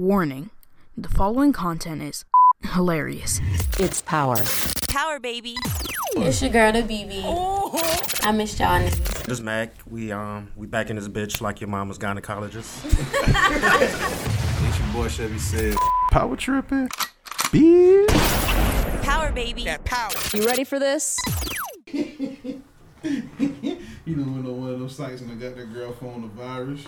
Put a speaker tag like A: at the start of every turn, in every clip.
A: Warning the following content is hilarious.
B: It's power.
C: Power baby.
D: It's your girl, the BB. I miss y'all. niggas.
E: This is Mac. We um we back in this bitch like your mama's gynecologist.
F: It's your boy Chevy said.
G: power tripping, bitch.
C: Power baby.
B: You ready for this?
F: You know when the- one of those sites and I got that girl phone the virus.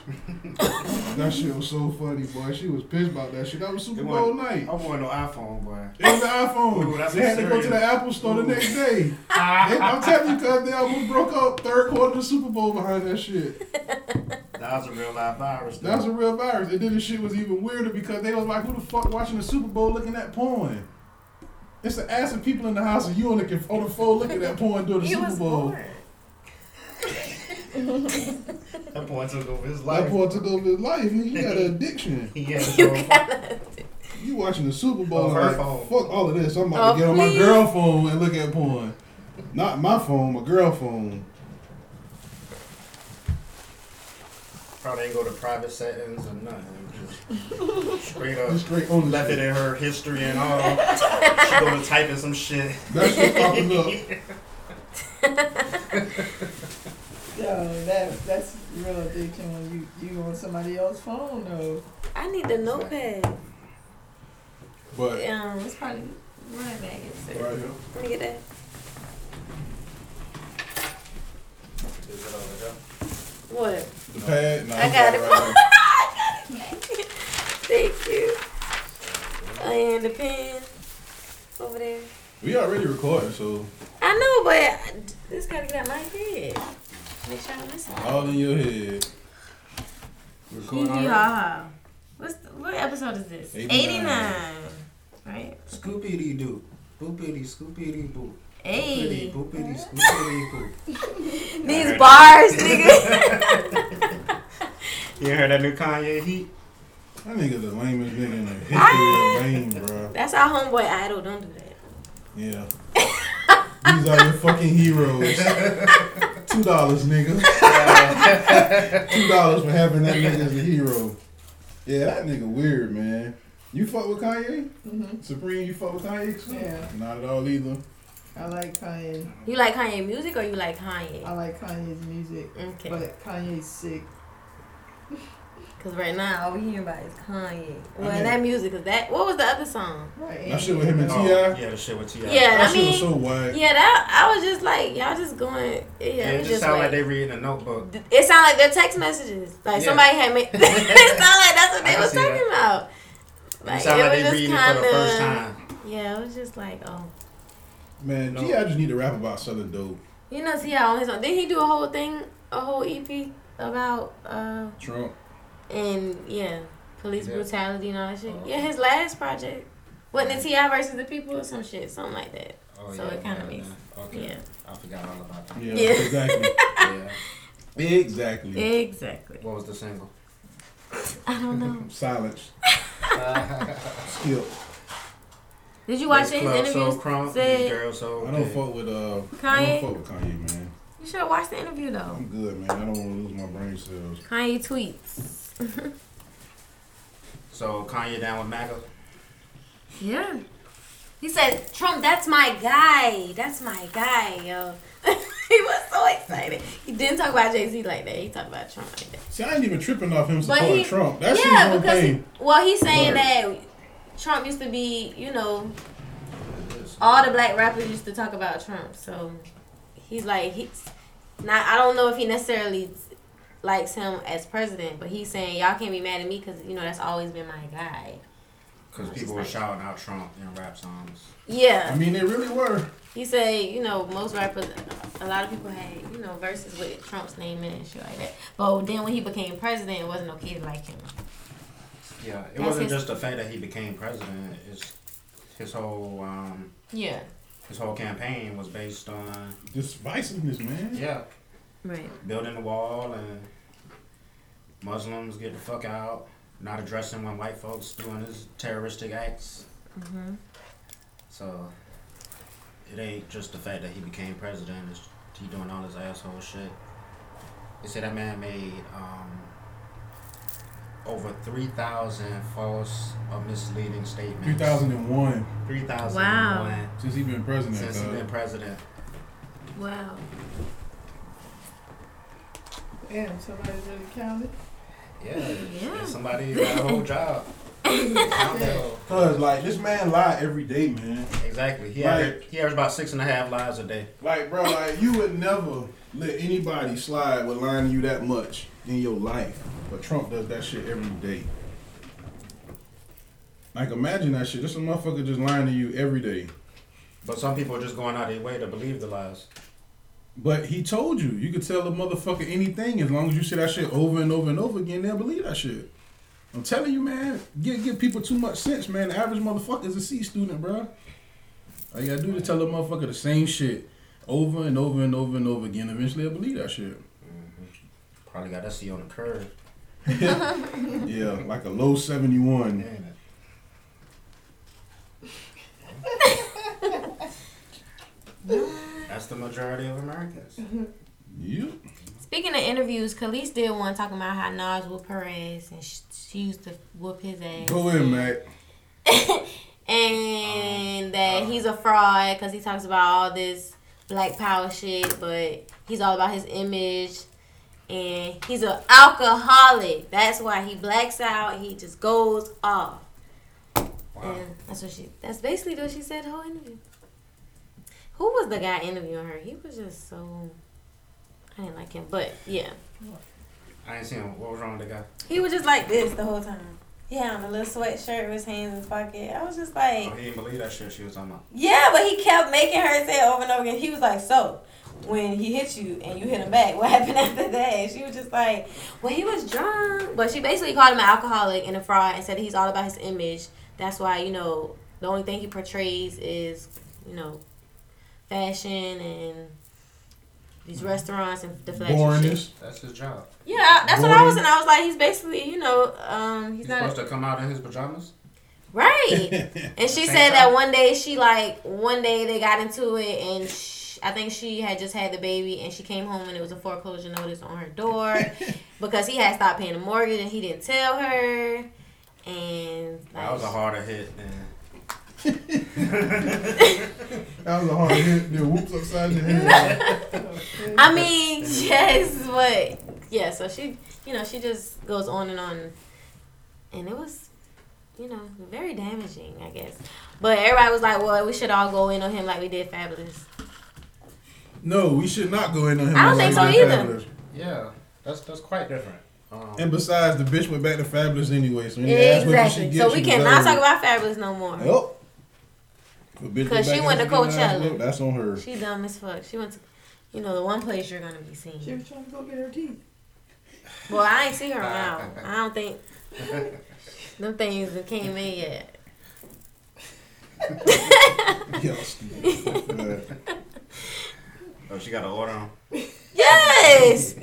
F: that shit was so funny, boy. She was pissed about that shit. That was Super Bowl night.
E: I want no iPhone, boy.
F: It was the iPhone.
E: Ooh, that's
F: they had to go to the
E: serious.
F: Apple store the next day. They- I'm telling you, cause they almost broke up third quarter of the Super Bowl behind that shit.
E: That was a real live virus.
F: That was a real virus. And then the shit was even weirder because they was like, who the fuck watching the Super Bowl looking at porn? It's the ass of people in the house and you on the, on the phone looking at porn during the Super Bowl.
E: that boy took over his
F: That boy took over his life. He he got an addiction.
E: He had his own phone.
F: You watching the Super Bowl?
E: On Oh, her
F: like,
E: phone.
F: Fuck all of this. I'm about
D: Oh,
F: to get on my girl phone and look at porn. Not my phone, my girl phone.
E: Probably ain't go to private settings or nothing. Just straight up.
F: Just straight on the
E: Left it
F: shit.
E: in her history and all. she go to typing some shit.
F: That shit popping up.
H: Yo, that that's real addiction when you you on somebody else's phone though.
D: I need the notepad.
F: But
D: Um, it's probably running back insert.
F: right here,
D: Let me get that.
E: Is it over there?
D: What?
F: the pad. Nah,
D: I
F: it's
D: got
F: all
D: it.
F: right.
D: Thank you. And the pen over there.
F: we already recording, so
D: I know, but I- this gotta get out my head. Make sure I don't miss it.
F: all in your head. Recording. already?
D: Yeehaw. What's the, what episode is this?
F: 89.
D: 89. Right?
E: Scoopity doo. Boopity scoopity boo.
D: Hey.
E: boopity scoopity boo.
D: These bars, nigga.
E: You heard that new Kanye heat?
F: That nigga the lamest nigga in the history of lame, bro.
D: That's our homeboy idol. Don't do that.
F: Yeah. These are your fucking heroes. Two dollars, nigga. Two dollars for having that nigga as a hero. Yeah, that nigga weird, man. You fuck with Kanye?
H: hmm
F: Supreme, you fuck with Kanye?
H: Yeah.
F: Not at all either.
H: I like Kanye.
D: You like Kanye music or you like Kanye?
H: I like Kanye's music,
D: Okay.
H: but Kanye's sick.
D: Cause right now all we hearing about is Kanye. Well,
F: mean-
D: that music. Cause that. What was the other song?
H: Right.
F: That shit with him and
E: Oh,
F: T.I.?
E: yeah, the shit with T.I.
D: Yeah,
F: That
D: I
F: shit
D: mean,
F: was so wide.
D: yeah, that. I was just like, y'all just going. Yeah,
E: Yeah,
D: it
E: it
D: was
E: just sound like they
D: like-
E: reading a notebook.
D: It sounded like their text messages. Like
E: Yeah.
D: somebody had made. it sounded like that's what
E: I
D: they
E: can
D: was
E: see
D: talking
E: that.
D: about. Like
E: it sound
D: it
E: like
D: was
E: they
D: just
E: reading it
D: kind
E: for the first
D: of.
E: time.
D: Yeah, it was just like, oh,
F: Man,
E: No.
F: T.I. just need to rap about selling dope.
D: you know, see how on his own. Did he do a whole thing, a whole EP about? uh
F: Trump.
D: and yeah, police
E: Yeah. Uh-huh.
D: brutality and all that shit. Yeah, his last project wasn't the Ti versus the people or some shit, something like that.
E: Oh,
D: So it kinda makes-
E: Okay.
D: yeah.
E: I forgot all about that.
F: Yeah,
D: Yeah.
F: exactly.
E: Yeah.
F: Exactly.
D: Exactly.
E: What was the single?
D: I don't know.
F: Silence.
E: Watch
F: Skip.
D: Did you watch his
E: Club
D: interview?
E: So Crump,
D: said-
E: These Girls So
F: I don't
E: Big.
F: fuck with uh I
D: Kanye?
F: don't fuck with Kanye, man.
D: You should have watched the interview though.
F: I'm good, man. I don't want to lose my brain cells.
D: Kanye tweets.
E: So Kanye down with MAGA.
D: yeah. He said, Trump, that's my guy. That's my guy, yo. he was so excited. He didn't talk about Jay Z like that. He talked about Trump like that.
F: See, I ain't even tripping off him
D: But
F: supporting
D: he-
F: Trump. That's
D: yeah,
F: his own
D: because
F: thing.
D: well, he's saying
F: Right.
D: that Trump used to be, you know, all the black rappers used to talk about Trump. So he's like, he's not. I don't know if he necessarily likes him as president, but he's saying y'all can't be mad at me because you know that's always been my guy.
E: Because people were shouting out Trump in rap songs.
D: Yeah,
F: I mean, they really were.
D: he said you know most rappers, a lot of people had you know verses with Trump's name in it and shit like that. But then when he became president, it wasn't okay to like him.
E: Yeah, it
D: That's
E: wasn't
D: his-
E: just the fact that he became president. It's his whole um,
D: Yeah,
E: his whole campaign was based on
F: This divisiveness, man.
E: yeah
D: right.
E: building the wall and Muslims get the fuck out, not addressing when white folks doing his terroristic acts.
D: Mhm.
E: So it ain't just the fact that he became president; it's he doing all his asshole shit. They say that man made um, over 3,000 false or misleading statements.
F: 2001
E: 3,000.
D: Wow.
F: since he been president.
E: Since he's
F: dog.
E: been president.
D: Wow.
H: Damn, somebody really counted.
E: Yeah.
D: Yeah.
E: yeah. Somebody got a whole job. Out there.
F: Cause like this man lie every day, man.
E: Exactly. He,
F: Right.
E: averaged, he averaged about six and a half lives a day.
F: Like, bro, like you would never let anybody slide with lying to you that much in your life. But Trump does that shit every day. Like, imagine that shit. This motherfucker just lying to you every day.
E: But some people are just going out of their way to believe the lies.
F: But he told you, you could tell a motherfucker anything as long as you say that shit over and over and over again, they'll believe that shit. I'm telling you, man, give give people too much sense, man. The average motherfucker is a C student, bro. All you gotta do is tell a motherfucker the same shit over and over and over and over again. Eventually, they'll believe that shit.
E: Mm-hmm. Probably got that C on the curve.
F: Yeah, like a low 71.
E: Damn it. That's the majority of Americans.
F: Yep.
D: Speaking of interviews, Khalees did one talking about how Nas whooped her ass and she, she used to whoop his ass.
F: Go in, Mac.
D: and that he's a fraud because he talks about all this black power shit, but he's all about his image. And he's an alcoholic. That's why he blacks out. He just goes off. And that's what she. That's basically what she said. The whole interview. Who was the guy interviewing her? He was just so. I didn't like him, but yeah,
E: I ain't seen him. What was wrong with the guy?
D: he was just like this the whole time. Yeah, in a little sweatshirt with his hands in his pocket. I was just like,
E: Oh, he didn't believe that shit she was talking about.
D: Yeah, but he kept making her say it over and over again. He was like, "So, when he hit you and you hit him back, what happened after that?" And she was just like, "Well, he was drunk." But she basically called him an alcoholic and a fraud and said he's all about his image. That's why you know the only thing he portrays is you know fashion and these restaurants and the flashy shit.
F: Boringness.
E: That's his job.
D: Yeah, that's what I was
F: Boring.
D: saying. I was like, he's basically you know um he's
E: He's
D: not
E: supposed to come out in his pajamas?
D: right. And she
E: Same
D: said that
E: time.
D: one day she like one day they got into it and sh I think she had just had the baby and she came home and it was a foreclosure notice on her door because he had stopped paying the mortgage and he didn't tell her and like,
E: That was a harder hit than.
F: That was a hard hit. Then whoops upside your head.
D: I mean yes but yeah so she you know she just goes on and on and it was you know very damaging I guess but everybody was like well we should all go in on him like we did Fabulous
F: No, we should not go in on him.
D: I don't think so
F: Like
D: either.
F: Fabulous.
E: Yeah, that's that's quite different. Um,
F: And besides, the bitch went back to Fabulous anyway. So any ass whooping she
D: Exactly.
F: gets,
D: So we
F: she
D: cannot
F: deserves
D: talk
F: it.
D: about Fabulous no more.
F: Yup. If a bitch
D: 'Cause
F: go
D: she
F: back
D: went to
F: out and get her ass
D: Coachella.
F: whooped, That's on her.
D: She dumb as fuck. She went to, you know, the one place you're gonna be
H: She
D: seen.
H: was trying to go get her teeth.
D: Well, I ain't see her now. I don't think them things that came in yet.
F: Y'all stupid. Yeah.
E: oh, she got to order him.
D: Yes,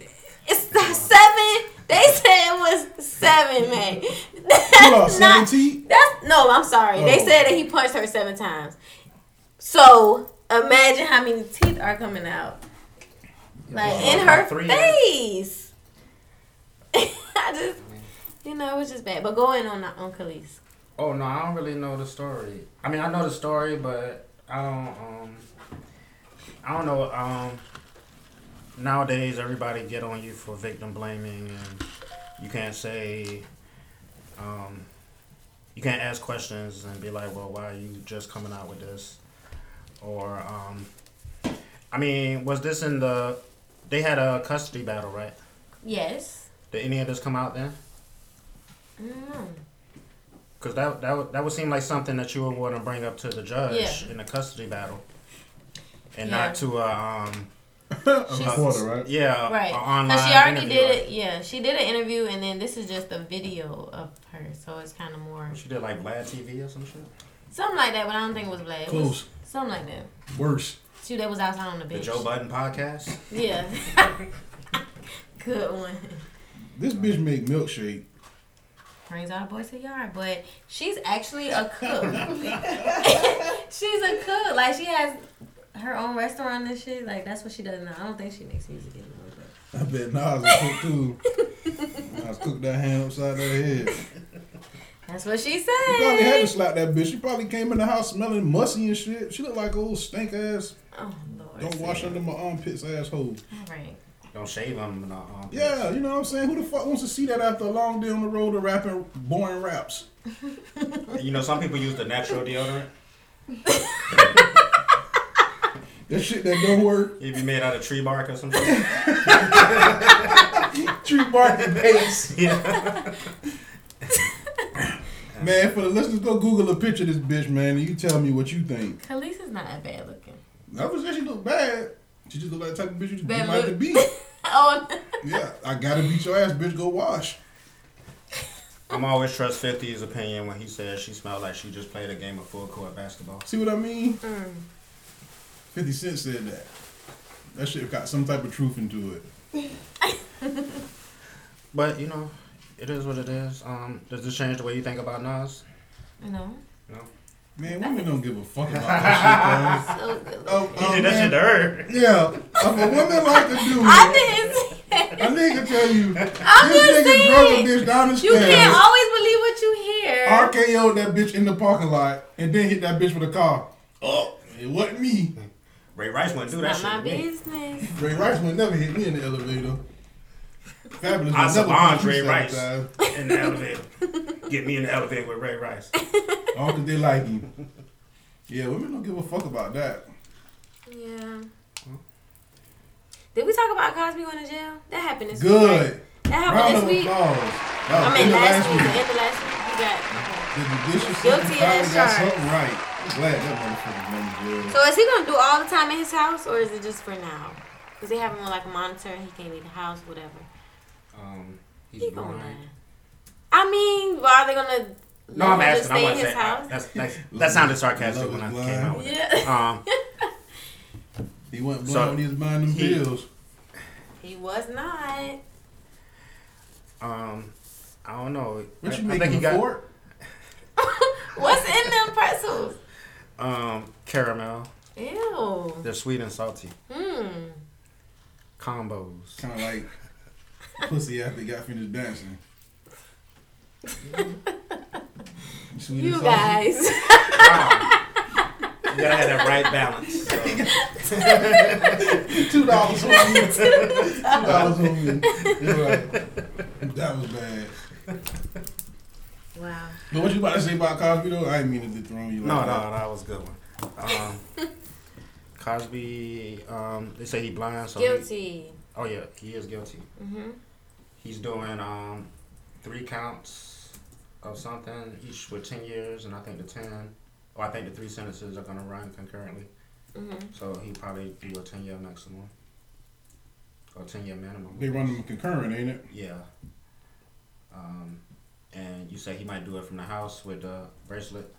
D: it's the seven. They said it was seven, man.
F: Pull out
D: That's not.
F: 17.
D: That's no. I'm sorry. They
F: Oh.
D: said that he punched her seven times. So imagine how many teeth are coming out, like in her
E: Three.
D: face. I just, you know, it was just bad. But go in on on Khalees.
E: Oh no, I don't really know the story. I mean, I know the story, but I don't. Um, I don't know. Um, nowadays, everybody get on you for victim blaming, and you can't say. Um, you can't ask questions and be like, "Well, why are you just coming out with this?" Or, um, I mean, was this in the? They had a custody battle, right?
D: Yes.
E: Did any of this come out then?
D: I don't know.
E: Because that, that, would- that would seem like something that you would want to bring up to the judge
D: Yeah.
E: in a custody battle. And
D: Yeah.
E: not to, uh, um,
F: A
D: She's-
F: quarter, right?
E: yeah,
D: Right.
E: a
D: So
E: Uh, online
D: she already
E: interview,
D: did
E: right?
D: it. Yeah, she did an interview, and then this is just a video of her. So it's kind of more
E: She did like Vlad TV or some shit.
D: something like that, but I don't think it was Vlad. It was
F: Close.
D: Something like that.
F: Worse.
D: She that was outside on the
E: The
D: bench.
E: Joe Budden podcast.
D: Yeah. Good one.
F: This bitch make milkshake.
D: Brings all the boys to the yard, but she's actually a cook. she's a cook. Like she has her own restaurant and shit. Like that's what she does now. I don't think she makes music anymore. But
F: I bet Nas is cook too. I I cooked that hand upside their head.
D: That's what she
F: You probably had to
D: said.
F: slap that bitch. She probably came in the house smelling musty and shit. She looked like old stink ass.
D: Oh lord.
F: Don't wash under my armpits, asshole.
D: All right.
E: Don't shave um, them. in our armpits.
F: Yeah, you know what I'm saying. Who the fuck wants to see that after a long day on the road of rapping boring raps?
E: You know, some people use the natural deodorant.
F: That shit that don't work.
E: It'd be made out of tree bark or something.
F: Tree bark and paste.
E: yeah.
F: Man, for the listeners, go Google a picture of this bitch, man, and you tell me what you think.
D: Khalees is not that bad looking.
F: I was that she look bad. She just look like the type of bitch you just
D: Bad
F: like
D: look.
F: to be.
D: Oh.
F: Yeah, I gotta beat your ass, bitch. Go wash.
E: I'm always trust 50's opinion when he says she smelled like she just played a game of full court basketball.
F: See what I mean?
D: Mm.
F: 50 Cent said that. That shit got some type of truth into it.
E: But you know, it is what it is. Um, does this change the way you think about Nas?
D: No.
E: No.
F: Man, women don't give a fuck about that shit,
D: So good.
F: bro. Oh, oh, man.
E: her.
F: Yeah, if a woman like to do
D: I
F: it,
D: didn't.
F: a nigga tell you, this
D: I'm just
F: nigga drove a
D: saying.
F: bitch down the
D: You can't
F: stairs,
D: always believe what you hear.
F: RKO'd that bitch in the parking lot, and then hit that bitch with a car. Oh, it wasn't me.
E: Ray Rice wouldn't do that
D: Not
E: shit.
D: my
E: to me.
D: business.
F: Ray Rice would never hit me in the elevator. Fabulous.
E: I
F: would never
E: salon
F: push me
E: Ray Rice
F: sometimes.
E: in the elevator. Get me in the elevator with Ray Rice.
F: All because they like you. Yeah, women don't give a fuck about that.
D: Yeah.
F: Hmm?
D: Did we talk about Cosby going to jail? That happened this week. right?
F: Good.
D: That
F: Round
D: happened
F: of
D: this week.
F: applause. That was
D: I mean,
F: the
D: last,
F: last
D: week.
F: week.
D: End of last week. We got.
F: The judicial
D: Guilty as
F: system finally got
D: charged.
F: something right. I'm glad that motherfucker going to jail.
D: So is he gonna do all the time in his house, or is it just for now? Cause they have him on like a monitor, and he can't leave the house, whatever.
E: Um, he's
D: He
E: blind.
D: gonna. I mean, why are they gonna?
E: No,
D: let
E: I'm
D: him just stay
E: asking. I
D: in
E: wasn't
D: his
E: saying. I-
D: house.
E: That's, that's, that sounded sarcastic when I
F: Love is
E: came out with it.
D: Yeah,
E: Um,
F: He went
E: So-
F: blind when he was buying them
E: he-
F: pills.
D: he was not.
E: um, I don't know.
F: What
E: I,
F: you
E: I think
F: making
E: he
F: a
E: got
F: fork?
D: What's in them pretzels?
E: um caramel.
D: Ew.
E: They're sweet and salty
D: Hmm.
E: combos.
F: Kind of like pussy after he got finished dancing. Sweet
D: You
F: and
D: guys.
E: Wow. you gotta have that right balance. So,
F: salty. Two dollars on me. Two dollars on me. You're right. That was bad.
D: wow.
F: But what you about to say about Cosby though? I didn't mean to dethrone you. Like
E: no, no,
F: that.
E: that was a good one. Um, Cosby. Um, they say he blind. So he-
D: Guilty.
E: oh yeah, he is guilty.
D: Mm-hmm.
E: He's doing um three counts of something each with ten years, and I think the ten, or I think the three sentences are gonna run concurrently.
D: Mm-hmm.
E: So he probably do a ten year maximum or ten year minimum.
F: They run them concurrent, ain't it?
E: Yeah. Um, and you say he might do it from the house with the bracelet.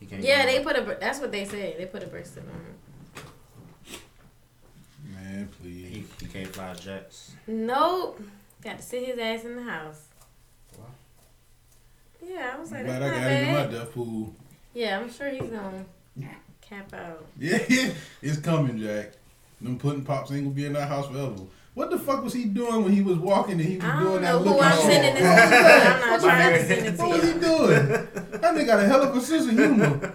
E: He can't.
D: Yeah,
E: do
D: they
E: it.
D: put a. br- That's what they say. They put a um, bracelet on him.
F: Man, please.
E: He, he can't fly jets.
D: Nope. Got to sit his ass in the house.
E: What?
D: Yeah, I was
F: I'm
D: like,
F: glad
D: that's
F: I
D: not
F: got it in my
D: bad.
F: death pool.
D: Yeah, I'm sure he's gonna cap out.
F: Yeah, it's coming, Jack. Them pudding pops ain't gonna be in that house forever. What the fuck was he doing when he was walking and he was
D: I don't
F: doing that
D: know who
F: look
D: I'm
F: and
D: sending
F: shit?
D: this to, but I'm not trying to send it
F: What was
D: to
F: he
D: you.
F: doing? That nigga got a hell of a sense of humor.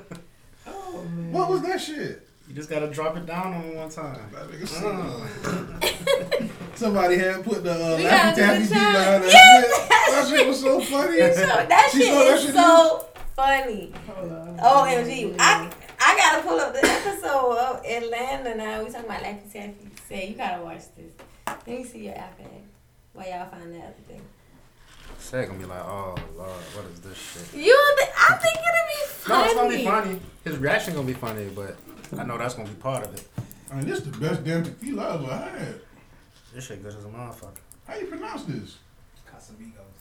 H: Oh man.
F: What was that shit?
E: You just gotta drop it down on one time.
F: That nigga said- Somebody had put the uh,
D: We gotta
F: Laffy
D: do the
F: Taffy beat
D: challenge.
F: behind that shit. That shit was so funny.
D: So that
F: She
D: shit
F: saw that
D: is
F: shit,
D: so funny.
H: Hold on.
D: OMG. I I gotta pull up the episode of Atlanta now. We talking about Laffy Taffy. Say you gotta watch this. Let me see your iPad while y'all find that other thing.
E: Shaq gonna be like, oh lord, what is this shit?
D: You don't thi- I think it'll be funny.
E: No, it's gonna be funny. His reaction gonna be funny, but I know that's gonna be part of it.
F: Man, this the best damn tequila I ever had.
E: This shit good as a motherfucker.
F: How you pronounce this?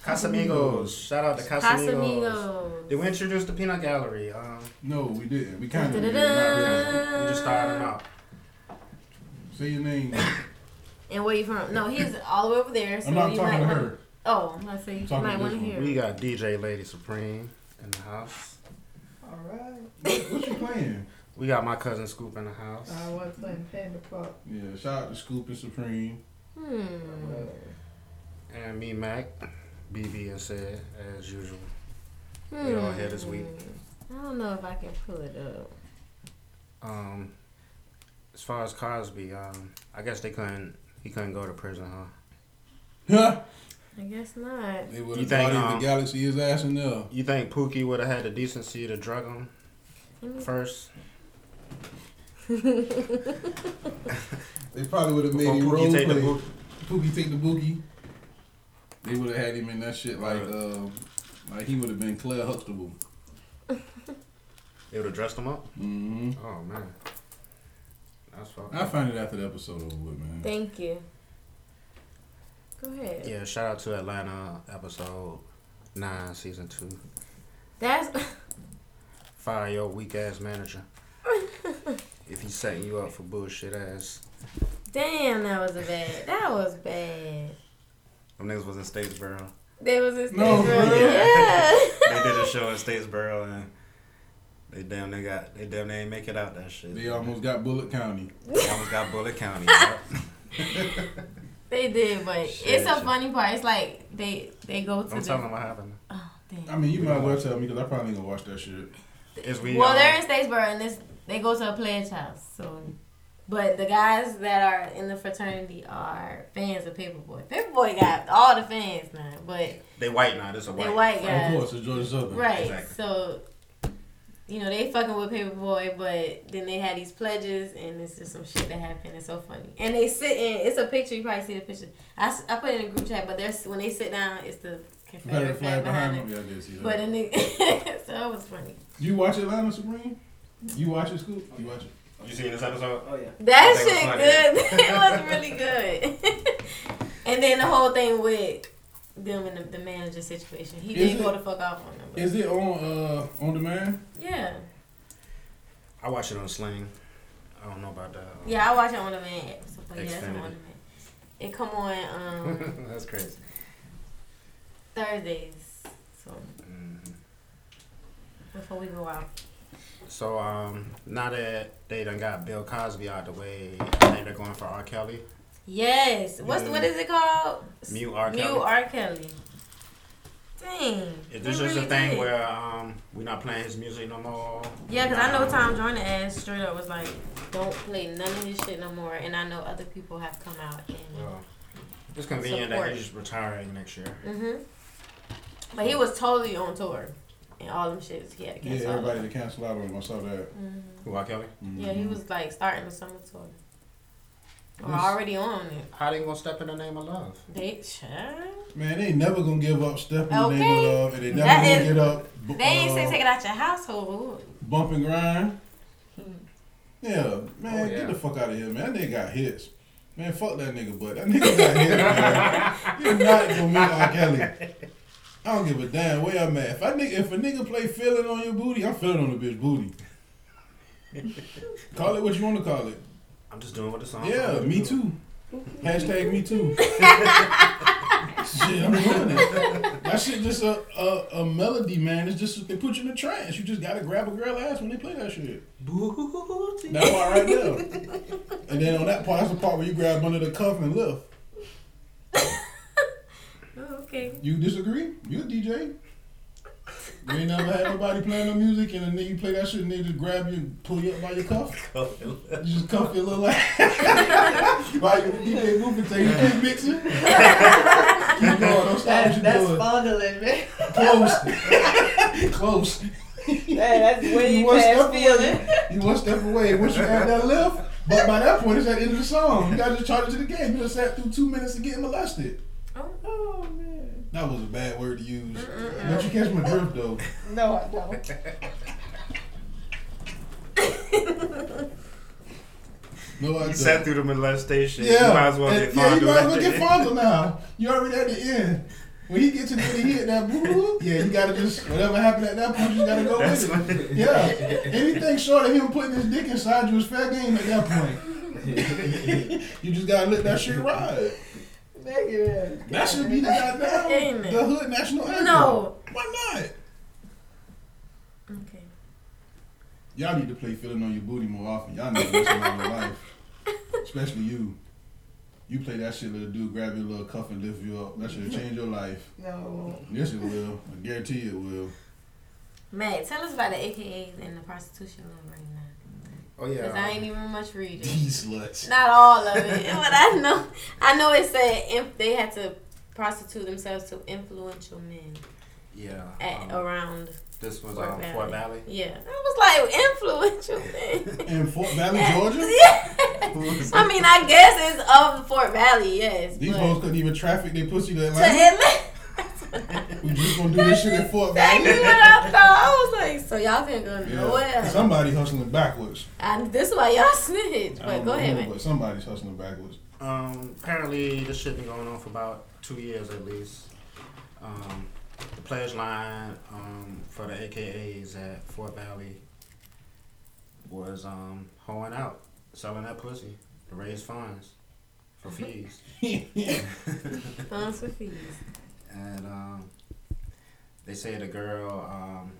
E: Casamigos. Shout out to Casamigos. Did we introduce the peanut gallery? Um,
F: No, we didn't. We kind of did. not
E: we
F: really.
E: Mm-hmm.
D: Uh,
E: just started out.
F: Say your name.
D: And where you from? No, he's all the way over there. So
F: I'm not
D: you
F: talking
D: might
F: to
D: wanna-
F: her.
D: Oh, I'm gonna say you
F: Talking
D: might
F: to
D: want
F: this
D: to
F: one.
D: hear.
E: We got DJ Lady Supreme in the house.
H: All right.
F: What, what you playing?
E: We got my cousin Scoop in the house.
H: I was playing Panda Pop.
F: Yeah, shout out to Scoop and Supreme.
D: Hmm.
E: And me, Mac. BB and said, as usual. We all here this week.
D: Hmm. I don't know if I can pull it up.
E: Um, as far as Cosby, um, I guess they couldn't. He couldn't go to prison, huh?
F: Huh?
D: I guess not.
F: They would
E: You
F: have
E: think,
F: bodied
E: um,
F: the galaxy his ass in there.
E: You think Pookie would have had the decency to drug him first?
F: They probably would have made
E: Before
F: him role
E: Pookie take the
F: play.
E: boot?
F: Pookie take the boogie. They would have had him in that shit like um, like he would have been Claire Huxtable.
E: They would have dressed him up.
F: Mm-hmm.
E: Oh man, that's fucking.
F: I find it after the episode over with, man.
D: Thank you. Go ahead.
E: Yeah, shout out to Atlanta episode nine, season two.
D: That's
E: Fire your weak ass manager. if he's setting you up for bullshit ass.
D: damn. That was a bad. That was bad.
E: Them niggas was in Statesboro.
D: That was a
F: No,
D: stage
E: bro.
D: yeah.
E: They did a show in Statesboro and they damn they got they damn they ain't make it out that shit.
F: They almost got Bullet County.
E: They almost got Bullet County. yup.
D: They did, but
E: Shit.
D: it's a funny part. It's like they they go to
E: I'm
D: the
E: telling them what happened.
D: oh
F: I
D: damn.
F: mean, you might as well tell me because I probably ain't gonna watch that shit.
E: Is we
D: Well,
E: um,
D: they're in Statesboro and this they go to a pledge house. So, but the guys that are in the fraternity are fans of Paperboy. Paperboy got all the fans now, but
E: they white now. This a white.
D: they're white guys,
F: Of course, it's Georgia Southern.
D: right?
E: Exactly.
D: So. You know they fucking with Paperboy, but then they had these pledges, and it's just some shit that happened. It's so funny, and they sit in. It's a picture. You probably see the picture. I, s- I put it in a group chat, but there's when they sit down, it's the
F: Better
D: Confederate
F: flag
D: flag behind
F: behind
D: them.
F: me. I did see that.
D: But then they, so that was funny.
F: you watch Atlanta Supreme? You watch it, Scoop? You watch it?
E: You seen this episode?
I: Oh yeah.
D: That
E: That
D: shit
E: was funny.
D: good. it was really good. and then the whole thing with them and the, the manager situation. He
F: Is
D: did go
F: it-
D: the fuck off on them. but-
F: Is it on uh on demand?
D: yeah.
E: I watch it on Sling. I don't know about that.
D: Yeah, I watch it on demand. app, So, but yeah, it's on
E: Xfinity.
D: demand. It come on um,
E: That's crazy.
D: Thursdays. So
E: Mhm.
D: before we go out.
E: So um, now that they done got Bill Cosby out the way, I think they're going for R. Kelly.
D: Yes. What's
E: Yeah.
D: what is it called?
E: Mute R. Kelly.
D: New R. Kelly. Dang.
E: Is this
D: they
E: just a
D: really
E: thing
D: did.
E: where um, we're not playing his music no more?
D: Yeah, because I know Tom Joyner ass straight up was like, don't play none of his shit no more. And I know other people have come out. And,
E: Well, it's convenient
D: Support.
E: that he's retiring next year.
D: hmm But he was totally on tour. And all them shits he had to
F: Yeah,
D: cancel.
F: everybody to cancel out on him. I saw that.
D: Mhm.
E: Who, R. Kelly?
D: Yeah, he was like starting the summer tour. Or
F: Yes.
D: already on it.
E: How they gonna step in the name of love?
D: They, child.
F: Man, they never gonna give up stepping in the name of
D: Okay.
F: love, and they never
D: That
F: gonna
D: is-
F: get up. bu-
D: they ain't say
F: uh,
D: take it out your household.
F: bump and grind. Yeah, man,
E: Hmm. Oh, yeah.
F: get the fuck out of here, man. That nigga got hits. Man, fuck that nigga, but that nigga got hits, man. You're not gonna meet R. Kelly. I don't give a damn where I'm at. If I nigga, if a nigga play feeling on your booty, I'm feeling on the bitch booty. call it what you want to call it.
E: I'm just doing what the song.
F: Yeah,
E: says.
F: me too. Hashtag me too. shit, I'm doing it. That shit just a, a a melody, man. It's just they put you in the trance. You just gotta grab a girl ass when they play that shit. That part right there. And then on that part, that's the part where you grab under the cuff and lift.
D: Oh, Okay.
F: You disagree? You a DJ? You ain't never had nobody playing no music and then you play that shit and they just grab you and pull you up by your cuff?
E: Oh,
F: You just cuff your little ass. While you DJ booth and say you keep mixing? Keep going, don't stop
H: That,
F: what
H: that's
F: you're doing.
H: fondling, man.
F: Close. Close.
H: Hey, that's way
F: You one
H: past
F: step
H: feeling.
F: away. You one step away. Once you add that lift, but by that point it's at the end of the song. You gotta just charge it to the game. You just sat through two minutes of getting molested.
H: Oh man.
F: That was a bad word to use. But you catch my drift though.
H: No, I don't.
F: No, I
E: You
F: don't.
E: sat through the molestation.
F: Yeah,
E: You might as well
F: And-
E: get
F: yeah, you
E: fondled.
F: might as well
E: at
F: get
E: the
F: fondled now. You already at the end. When he gets to the end, he hit that boo boo. Yeah, you gotta just whatever happened at that point, you gotta go
E: That's
F: with it.
E: what-
F: Yeah, anything short of him putting his dick inside you is fair game at that point. you just gotta let that shit ride.
H: Nigga.
F: That should be the goddamn
D: Damn it.
F: the hood national anthem.
D: No.
F: why not?
D: Okay.
F: Y'all need to play feeling on your booty more often. Y'all need to listen on your life, especially you. You play that shit, little dude, grab your little cuff and lift you up. That should change your life.
H: No.
F: Yes, it will. I guarantee it will.
D: Matt, tell us about the AKAs and the prostitution love right now.
E: Oh
D: Because
E: yeah.
D: I ain't even much reading.
F: These sluts.
D: Not all of it, but I know. I know it said inf- they had to prostitute themselves to influential men
E: Yeah.
D: at,
E: um,
D: around.
E: this was
D: Fort
E: um,
D: Valley.
E: Fort Valley.
D: Yeah, I was like influential men.
F: In Fort Valley, Georgia?
D: Yeah. I mean, I guess it's of Fort Valley, yes.
F: These
D: but-
F: hoes couldn't even traffic their pussy to
D: to
F: Atlanta.
D: Atlanta.
F: We just gonna do this shit in Fort
D: Exactly
F: Valley.
D: what I thought. I was like, so y'all can go
F: Yeah.
D: nowhere.
F: Somebody hustling backwards.
D: And this is why y'all snitch.
F: I
D: But
F: don't
D: go
F: know
D: ahead,
F: who,
D: man.
F: But somebody's hustling backwards.
E: Um, apparently, this shit been going on for about two years at least. Um, the pledge line um, for the AKAs at Fort Valley was um, hoeing out, selling that pussy to raise funds for fees.
D: Funds for fees.
E: And um, they say the girl, um,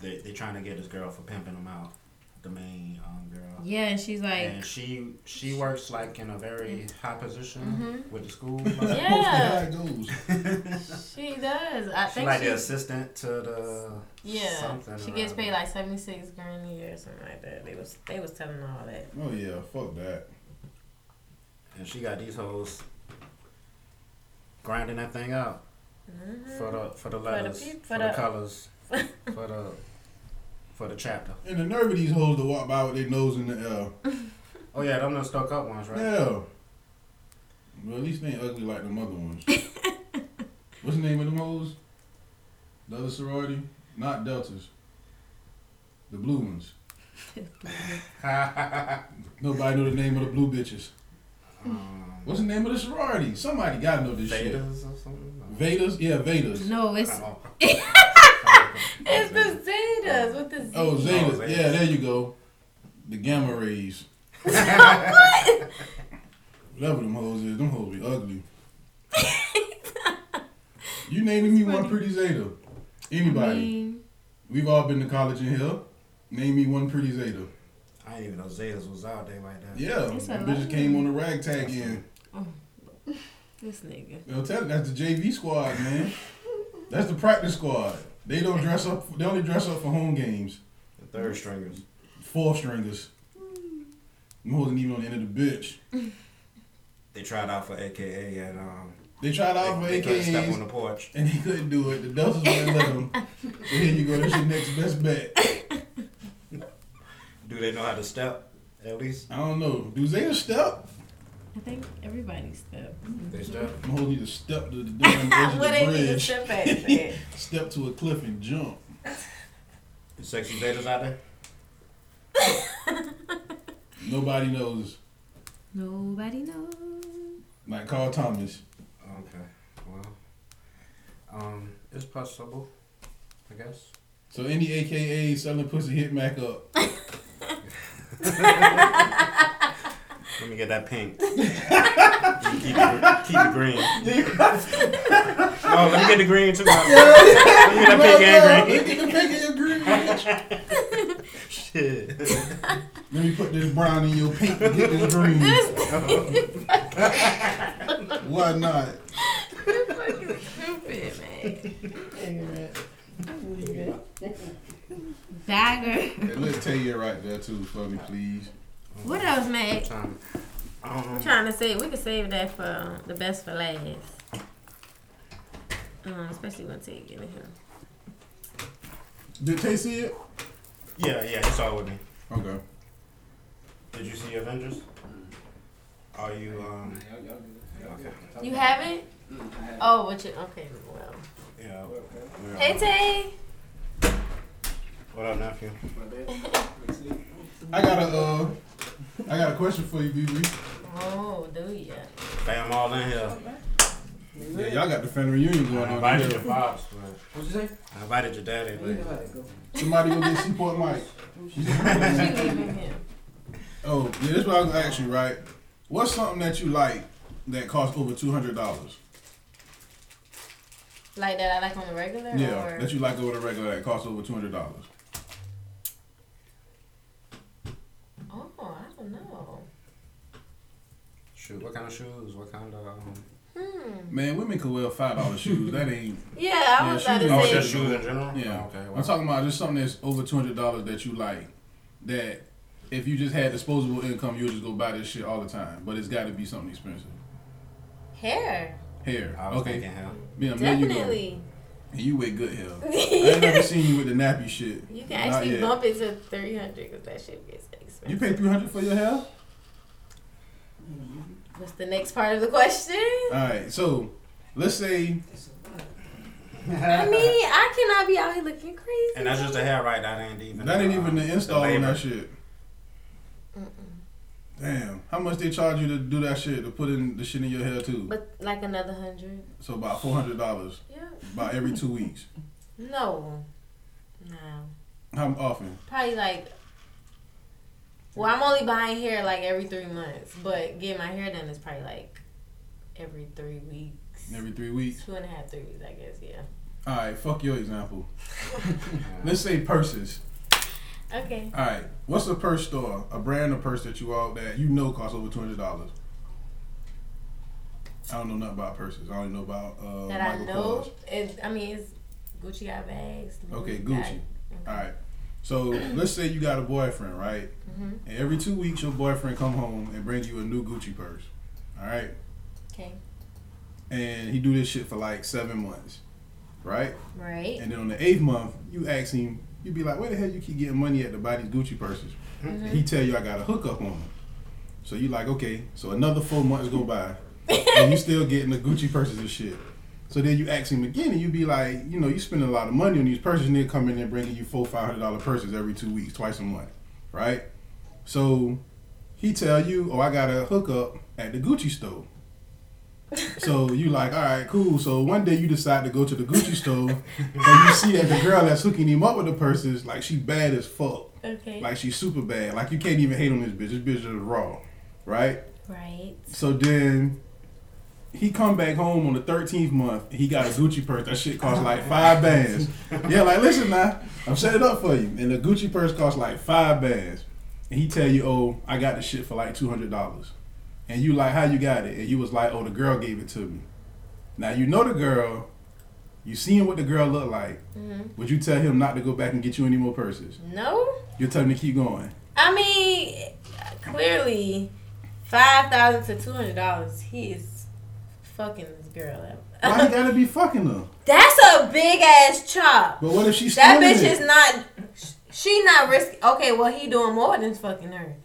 E: they, they trying to get this girl for pimping them out, the main um, girl.
D: Yeah, and she's like,
E: And she she works like in a very high position
D: Mhm.
E: with the school.
D: yeah,
F: Most of that goes.
D: she does. I
E: She
D: think
E: like
D: she,
E: the assistant to the
D: yeah,
E: something
D: she gets
E: around
D: paid
E: there.
D: like seventy six grand a year or something like that. They was they was telling her all that.
F: Oh yeah, fuck that.
E: and she got these hoes grinding that thing out for the for the letters for the,
D: peop- Mm-hmm. for the-
E: colors for the for the chapter.
F: And the nerve of these hoes to walk by with their nose in the air.
E: Oh yeah, them the stuck up ones, right?
F: Yeah. Well, at least they ain't ugly like them other ones. What's the name of them hoes? The other sorority? Not Deltas. The blue ones. Nobody know the name of the blue bitches.
E: Um,
F: What's the name of the sorority? Somebody gotta know this shit.
E: Vedas or something.
F: Vedas? Yeah, Vedas.
D: No, it's
E: Oh.
D: it's the Zetas with the Z.
F: Oh, Zetas.
E: Zetas.
F: Yeah, there you go. The gamma rays. Whatever them hoes is, them hoes be ugly. you naming me one pretty Zeta. Anybody. We've all been to college in here. Name me one pretty Zeta.
E: I didn't even know Zetas was out there like that.
F: Yeah,
D: It's a
F: them
D: lot.
F: bitches came on the ragtag end.
D: This nigga.
F: They'll tell you, that's the JV squad, man. That's the practice squad. They don't dress up. They only dress up for home games.
E: The third stringers.
F: Four stringers. Them hoes ain't even on the end of the bitch.
E: They tried out for AKA and um,
F: They tried out for
E: they, they couldn't step on
F: AKAs
E: the porch.
F: and they couldn't do it. The Deltas wouldn't let them. So here you go. That's your next best bet.
E: Do they know how to step? At least
F: I don't know. Do Zeta step?
D: I think everybody's step.
E: they step.
F: I'm holding you to step to the damn edge of
D: What they
F: the
D: need to
F: bridge.
D: step at? man.
F: Step to a cliff and jump.
E: Sexy Zetas out there.
F: Nobody knows.
D: Nobody knows.
F: Like Carl Thomas.
E: Okay. Well, um, it's possible, I guess.
F: So any AKA selling pussy hit Mac up.
E: Let me get that pink. You keep, it, keep it green. no, let me get the green too. Let me get that pink and green.
F: Look at the pink in your green, bitch.
E: Shit.
F: Let me put this brown in your pink and get this green. Why not?
D: Fucking stupid, man. Dagger.
F: And let's tell you right there too for me, please.
D: What else, Matt?
E: Um,
D: I'm
E: um,
D: trying to say we could save that for um, the best for last. Um, especially when Tate get in here.
F: Did Tay see it?
E: yeah, yeah, it's all with me.
F: Okay.
E: Did you see Avengers? Are you um? Okay.
D: You haven't? Oh, what you? Okay, well.
E: Yeah.
D: Hey, Tay.
E: What up, nephew?
F: I got a uh I got a question for you, BB.
D: Oh, do ya?
E: Bam, all in here.
F: Yeah, y'all got the family reunion going
E: I
F: on.
E: invited your
F: Here.
E: pops, but
J: What'd you say?
E: I invited your daddy, but
F: Somebody go get Seaport Mike.
D: She leaving here.
F: Oh, yeah, this is what I was gonna ask you, right? What's something that you like that costs over two hundred dollars?
D: Like that, I like on the regular.
F: Yeah,
D: Or?
F: that you like over the regular that costs over two hundred dollars.
D: oh, I don't know.
E: shoes? What kind of shoes? What kind of? Um,
F: Man, women could wear five dollar shoes. That ain't.
D: Yeah, I
F: Yeah,
D: was
F: she
D: about to
F: was- Oh,
D: say.
F: that's-
E: shoes in general.
F: Yeah.
E: Okay.
F: I'm talking about just something that's over two hundred dollars that you like. That if you just had disposable income, you would just go buy this shit all the time. But it's got to be something expensive.
D: Hair.
F: Hair.
E: I was
F: okay.
E: thinking him.
F: Man, man, you go.
D: Definitely.
F: And you wear good hair. I ain't never seen you with the nappy shit.
D: You can
F: Not
D: actually
F: yet.
D: bump it to 300 because that shit gets expensive.
F: You pay three hundred for your hair.
D: What's the next part of the question?
F: All right. So, let's say
D: I mean, I cannot be out here looking crazy.
E: And that's just the hair, right? That ain't even.
F: That ain't
E: um,
F: even the install on
E: labor.
F: that shit. Damn, how much they charge you to do that shit to put in the shit in your hair too?
D: But like another hundred.
F: so about four hundred dollars,
D: Yeah.
F: about every two weeks.
D: No. No.
F: How often?
D: Probably like. Well, I'm only buying hair like every three months, but getting my hair done is probably like every three weeks.
F: Every three weeks.
D: Two and a half, three weeks, I guess. Yeah.
F: All right, fuck your example. Let's say purses.
D: Okay.
F: All right, what's a purse store? A brand of purse that you all that you know costs over two hundred dollars. I don't know nothing about purses. I only know about uh,
D: that
F: Michael
D: I know.
F: Kors.
D: Is I mean, it's Gucci got bags. Louis
F: Okay,
D: got-
F: Gucci. All right. So let's say you got a boyfriend, right?
D: Mm-hmm.
F: And every two weeks, your boyfriend come home and bring you a new Gucci purse. All right.
D: Okay.
F: And he do this shit for like seven months, right?
D: Right.
F: And then on the eighth month, you ask him, you be like, "Where the hell you keep getting money at to buy these Gucci purses?" He tell you, "I got a hookup on them." So you like, okay. So another four months go by, and you still getting the Gucci purses and shit. So then you ask him again, and you be like, you know, you spending a lot of money on these purses, and they come in and bringing you four five hundred dollar purses every two weeks, twice a month, right? So he tell you, "Oh, I got a hookup at the Gucci store." So you like, all right, cool. So one day you decide to go to the Gucci store and you see that the girl that's hooking him up with the purses, like she bad as fuck.
D: Okay.
F: Like she's super bad. Like you can't even hate on this bitch. This bitch is raw. Right?
D: right.
F: So then he come back home on the 13th month. He got a Gucci purse. That shit cost like five bands. Yeah, like listen now, I'm setting up for you. And the Gucci purse cost like five bands. And he tell you, oh, I got the shit for like two hundred dollars. And you like, how you got it? And you was like, oh, the girl gave it to me. Now you know the girl. You seen what the girl look like.
D: Mm-hmm.
F: Would you tell him not to go back and get you any more purses?
D: No.
F: You tell him to keep going.
D: I mean, clearly, five thousand to two hundred dollars. He is fucking this girl up.
F: Why you gotta be fucking her?
D: That's a big ass chop.
F: But what if she's
D: That bitch is not. She not risking. Okay, well he doing more than fucking her.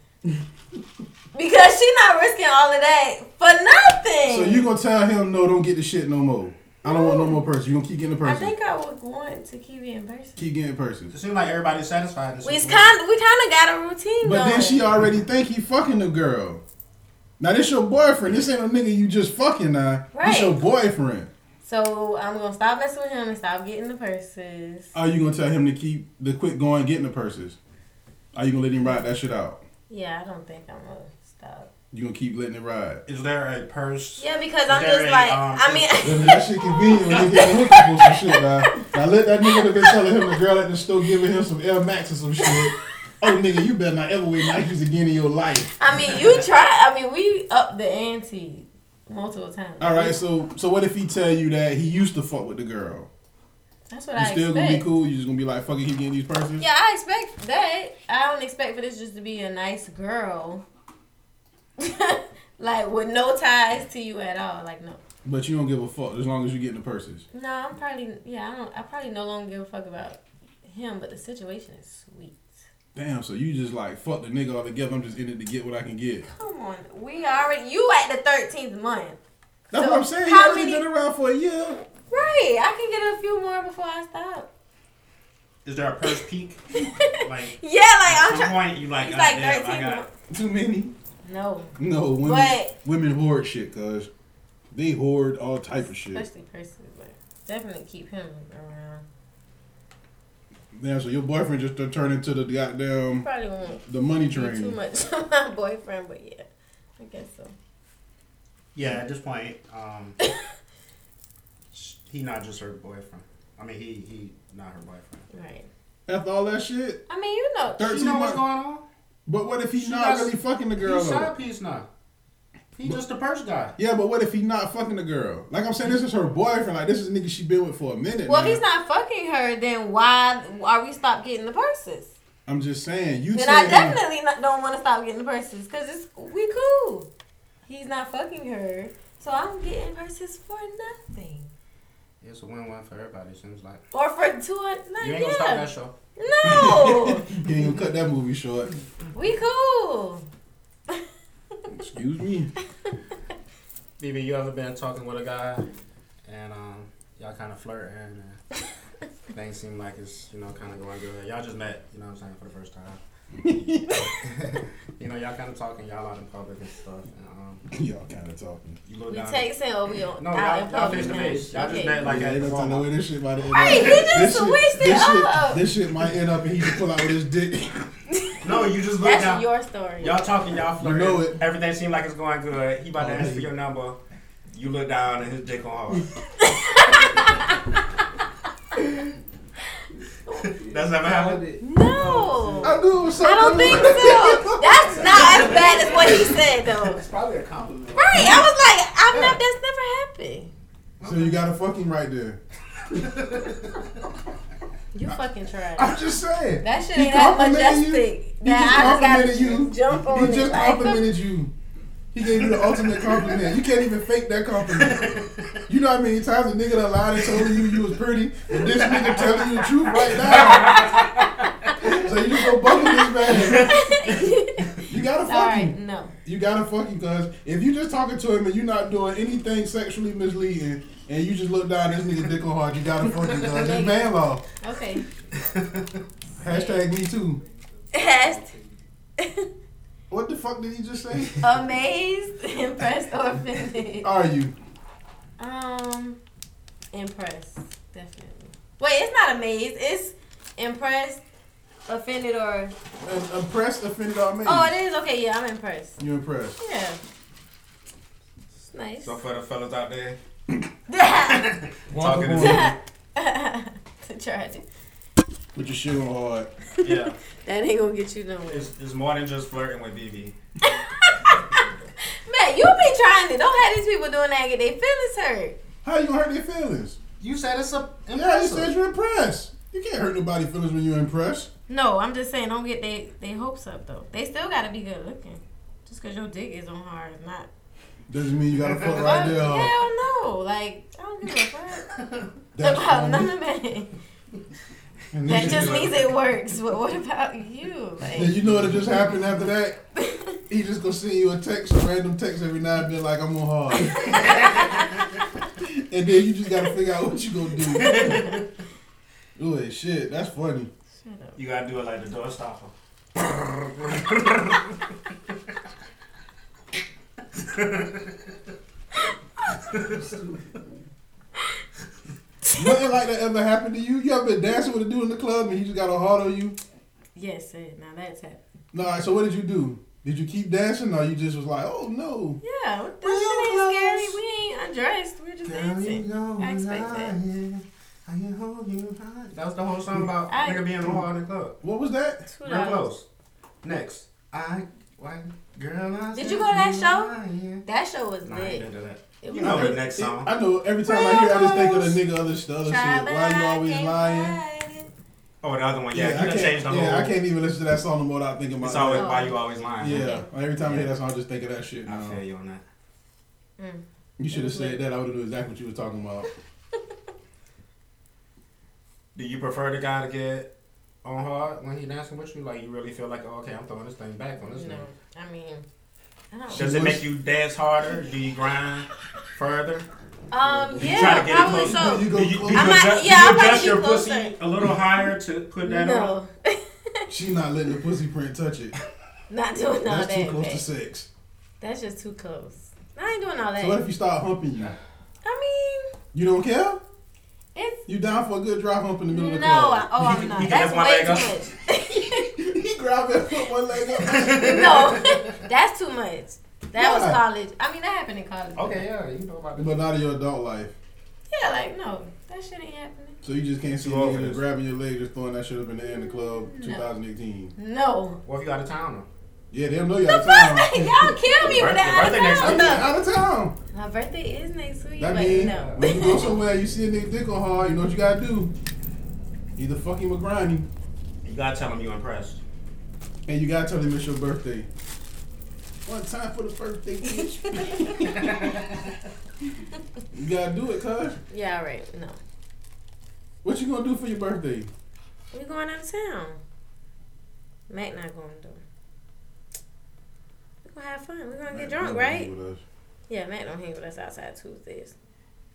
D: Because she not risking all of that for nothing.
F: So you gonna tell him no? Don't get the shit no more. I don't want no more purses. You gonna keep getting the
D: I
F: purses.
D: think I would want to keep it in person.
F: keep getting
E: It
F: purses.
E: seems like everybody's satisfied. in this
D: We kind
E: situation.
D: we kind of got a routine
F: But
D: going.
F: then she already think he fucking the girl. Now this your boyfriend. This ain't a nigga you just fucking now. This
D: Right.
F: your boyfriend.
D: so I'm gonna stop messing with him and stop getting the purses.
F: Are you gonna tell him to keep the quit going getting the purses? Are you gonna let him ride that shit out?
D: Yeah, I don't think I'm gonna stop.
F: You gonna keep letting it ride?
E: Is there a purse?
D: Yeah, because I'm
E: Is there
D: just
E: a,
D: like
E: um,
D: I mean.
F: Listen, that shit convenient when they get hooked up with some shit, now. Now let that nigga have been telling him the girl at the store giving him some Air Max or some shit. Oh nigga, you better not ever wear Nikes again in your life.
D: I mean, you try. I mean, we up the ante multiple times.
F: All right, so so what if he tell you that he used to fuck with the girl?
D: that's what
F: You
D: I
F: still
D: expect.
F: gonna be cool? You just gonna be like, fuck it, he getting these purses?
D: Yeah, I expect that. I don't expect for this just to be a nice girl, like with no ties to you at all. Like no,
F: But you don't give a fuck as long as you getting the purses.
D: no, I'm probably yeah. I don't. I probably no longer give a fuck about him, but the situation is sweet.
F: Damn, so you just like fuck the nigga all together. I'm just in it to get what I can get.
D: Come on, we already you at the thirteenth month.
F: That's
D: So
F: what I'm saying. He
D: how
F: already
D: many-
F: been around for a year.
D: Right, I can get a few more before I stop.
E: Is there a purse peak? like
D: Yeah, like
E: at
D: I'm
E: some
D: trying.
E: point, you like,
D: He's
E: "God
D: like
E: damn, I
D: thirteen.
E: got
F: Too many.
D: No,
F: No, women
D: But-
F: women hoard shit, cuz. They hoard all type of shit.
D: especially person, but definitely keep him around.
F: Damn, so your boyfriend just done turned into the goddamn
D: Probably won't
F: the money
D: be too
F: train.
D: much of my boyfriend, but yeah, I guess so.
E: Yeah, at this point, um, sh- he not just her boyfriend. I mean, he he not her boyfriend.
D: Right.
F: After all that shit,
D: I mean, you know,
E: She
F: thirteen
E: know what's
F: months.
E: going on.
F: But what if he's
E: She
F: not
E: got-
F: really fucking the girl?
E: He's
F: though?
E: side piece now. He just a purse guy.
F: Yeah, but what if he not fucking the girl? Like I'm saying, this is her boyfriend. Like this is a nigga she been with for a minute.
D: Well,
F: now.
D: if he's not fucking her, then why are we stop getting the purses?
F: I'm just saying. You
D: Then
F: tell
D: I
F: me-
D: definitely not, don't want to stop getting the purses because it's we cool. He's not fucking her, so I'm getting purses for nothing
E: It's a win-win for everybody. Seems like
D: or for two. hun- Like,
E: you ain't gonna stop
D: yeah,
E: that show.
D: no,
F: You ain't gonna cut that movie short.
D: we cool.
F: Excuse me.
E: BB, you ever been talking with a guy and um, y'all kind of flirting and things seem like it's you know kind of going good. Y'all just met, you know what I'm saying, for the first time. you know, y'all kind of talking, y'all out in public and stuff. And, um,
F: Y'all kind of talking.
E: you look
D: We
E: down.
D: text him. or We on
E: no,
D: out in
E: y'all, y'all
D: public
E: face to
D: now.
E: face. Y'all just
D: Okay.
E: met like
F: Like yeah,
E: at
F: ain't
E: the
F: no time to
E: Walmart.
F: way this shit might end
D: Right,
F: up.
D: he just
F: this
D: switched it
F: this
D: up.
F: Shit, this shit might end up and he just pull out with his dick.
E: No, you just look
D: That's
E: down.
D: your story.
E: Y'all talking, y'all flirting.
F: know it.
E: Everything seemed like it's going good. He about to
F: Oh,
E: ask
F: hey.
E: for your number. You look down and his dick on hard. That's never happened.
D: no.
F: I knew it was
D: I don't
F: something.
D: think so. That's not as bad as what he said though.
K: It's probably a compliment.
D: Right? I was like, I'm not. That's never happened.
F: So you got to fuck him right there.
D: You fucking tried.
F: I'm just saying.
D: That shit
F: He
D: ain't that
F: complimented
D: majestic.
F: He
D: Nah, I
F: just complimented
D: just gotta
F: you.
D: jump on
F: he
D: it.
F: just
D: Like,
F: complimented you. He gave you the ultimate compliment. You can't even fake that compliment. You know how many times a nigga done lied and told you you was pretty, and this nigga telling you the truth right now. so you just go buck with this man. You gotta fuck
D: All right,
F: him.
D: no.
F: You gotta fuck him, cause if you just talking to him and you're not doing anything sexually misleading, and you just look down at this nigga dick on hard, you gotta fuck him, cause it's man law.
D: Okay.
F: Hashtag me too.
D: Asked,
F: What the fuck did he just say?
D: amazed, impressed, or offended.
F: Are you?
D: Um, impressed, definitely. Wait, it's not amazed. It's impressed, offended, or
F: Im- Impressed, offended, or amazed?
D: oh, it is okay. Yeah, I'm impressed.
F: You impressed?
D: Yeah, it's nice.
E: So for the fellas out there,
F: Walk
E: Talking
F: up
E: to-
F: on him
D: Tried.
F: with your shit on hard.
E: yeah,
D: That ain't gonna get you nowhere.
E: it's, it's more than just flirting with BB.
D: Man, you be trying to. Don't have these people doing that and get their feelings hurt.
F: How you gonna hurt their feelings?
E: You said it's a
F: Yeah, you said you're impressed. You can't hurt nobody's feelings when you're impressed.
D: No, I'm just saying, don't get they they hopes up though. They still gotta be good looking. Just cause your dick is on hard is not.
F: Doesn't mean you gotta fuck right there.
D: Hell
F: hard.
D: no! Like I don't give a fuck
F: That's
D: about none
F: funny.
D: of that.
F: And
D: That
F: then
D: just
F: you-
D: means it works. But what about you?
F: Then
D: Like
F: you know what'll just happen after that? He just gonna send you a text, a random text every now and then, like I'm on hard. and then you just gotta figure out what you gonna do. Ooh, shit, that's funny.
E: You gotta do it like the door stopper.
F: Nothing like that ever happened to you? You ever been dancing with a dude in the club and he just got a hard on you?
D: yes, sir. Now that's happened.
F: Nah, so what did you do? Did you keep dancing or you just was like, oh no?
D: Yeah, what- this shit ain't scary. We ain't undressed. We're just dancing. I expect that.
E: That was the whole song about
D: I-
E: nigga being more in the club.
F: What was that?
D: Two
E: Real
D: dollars.
E: close. Next, I white girl. I
D: Did
E: said
D: you go to that
E: you
D: show?
E: lying.
D: That show was
E: Nah, I ain't been
D: lit.
E: to that.
D: It
E: You
D: was
E: know
D: lit.
E: the next song.
F: I know every time I hear, it, I just think of the nigga other the other
D: Try,
F: shit.
D: but
F: Why you
D: I
F: always
D: can't
F: lying?
D: hide it.
E: Oh, the other one. Yeah,
F: I
E: you done
F: can't-
E: changed the whole.
F: yeah, I can't even listen to that song no more. That I think about.
E: It's
F: that.
E: always why you always
D: Uh-huh.
E: lying.
F: Yeah, every time I hear that song, I just think of that shit.
E: I
F: Now.
E: feel you on that.
F: You should have said that. I would have knew exactly what you was talking about.
E: Do you prefer the guy to get on hard when he dancing with you? Like you really feel like, oh, okay, I'm throwing this thing back on this
D: No,
E: nigga.
D: I mean, I don't.
E: Does it make you dance harder? Do you grind further?
D: Um,
E: You try
D: yeah,
E: to get it
D: probably
E: closer.
D: so.
F: You go
E: do you, do
F: close.
E: you
D: I might-
E: adjust,
D: yeah,
E: do
D: I
E: you
D: might
E: adjust
D: be
E: your
D: closer.
E: pussy a little higher to put that on?
D: No,
F: She not letting the pussy print touch it.
D: not doing all
F: That's too
D: that.
F: close to
D: babe.
F: sex.
D: That's just too close. I ain't doing all that.
F: So what if you start humping you?
D: I
F: You don't care?
D: mean, it's
F: You down for a good dry hump in the middle of the
D: no.
F: club?
D: I, oh,
E: You-
D: I'm
E: you
D: not.
E: can have
D: That's
E: one
D: way
E: leg up.
D: too much.
F: he grabbed it, put one leg up.
D: no, that's too much. That was
F: Why?
D: college. I mean, that happened in college.
E: Okay, yeah, you know about this.
F: But not in your adult life.
D: Yeah, like no, that shit ain't happening.
F: So you just can't see a
E: Too old for
F: nigga
E: this.
F: grabbing your leg, just throwing that shit up in the air in the club, 2018.
D: No,
E: What if you out of town? though?
F: Yeah, they don't know you out of town.
D: Y'all kill me with that out
E: Birthday- birthday next
D: of
E: week.
D: town.
F: I'm
D: stuff.
F: out of town.
D: My birthday is next week,
F: That
D: but
F: means
D: no.
F: when you go somewhere, you see a nigga dick on hard, you know what you gotta do. Either fuck him or grind him,
E: You gotta tell him you impressed.
F: and you gotta tell him it's your birthday. One time for the birthday, bitch. you gotta do it, cuz.
D: Yeah, all right, no.
F: What you gonna do for your birthday?
D: We going out of town. Mac not going though. We gonna have fun. We gonna get drunk, right? Yeah, Mac don't hang with us outside Tuesdays.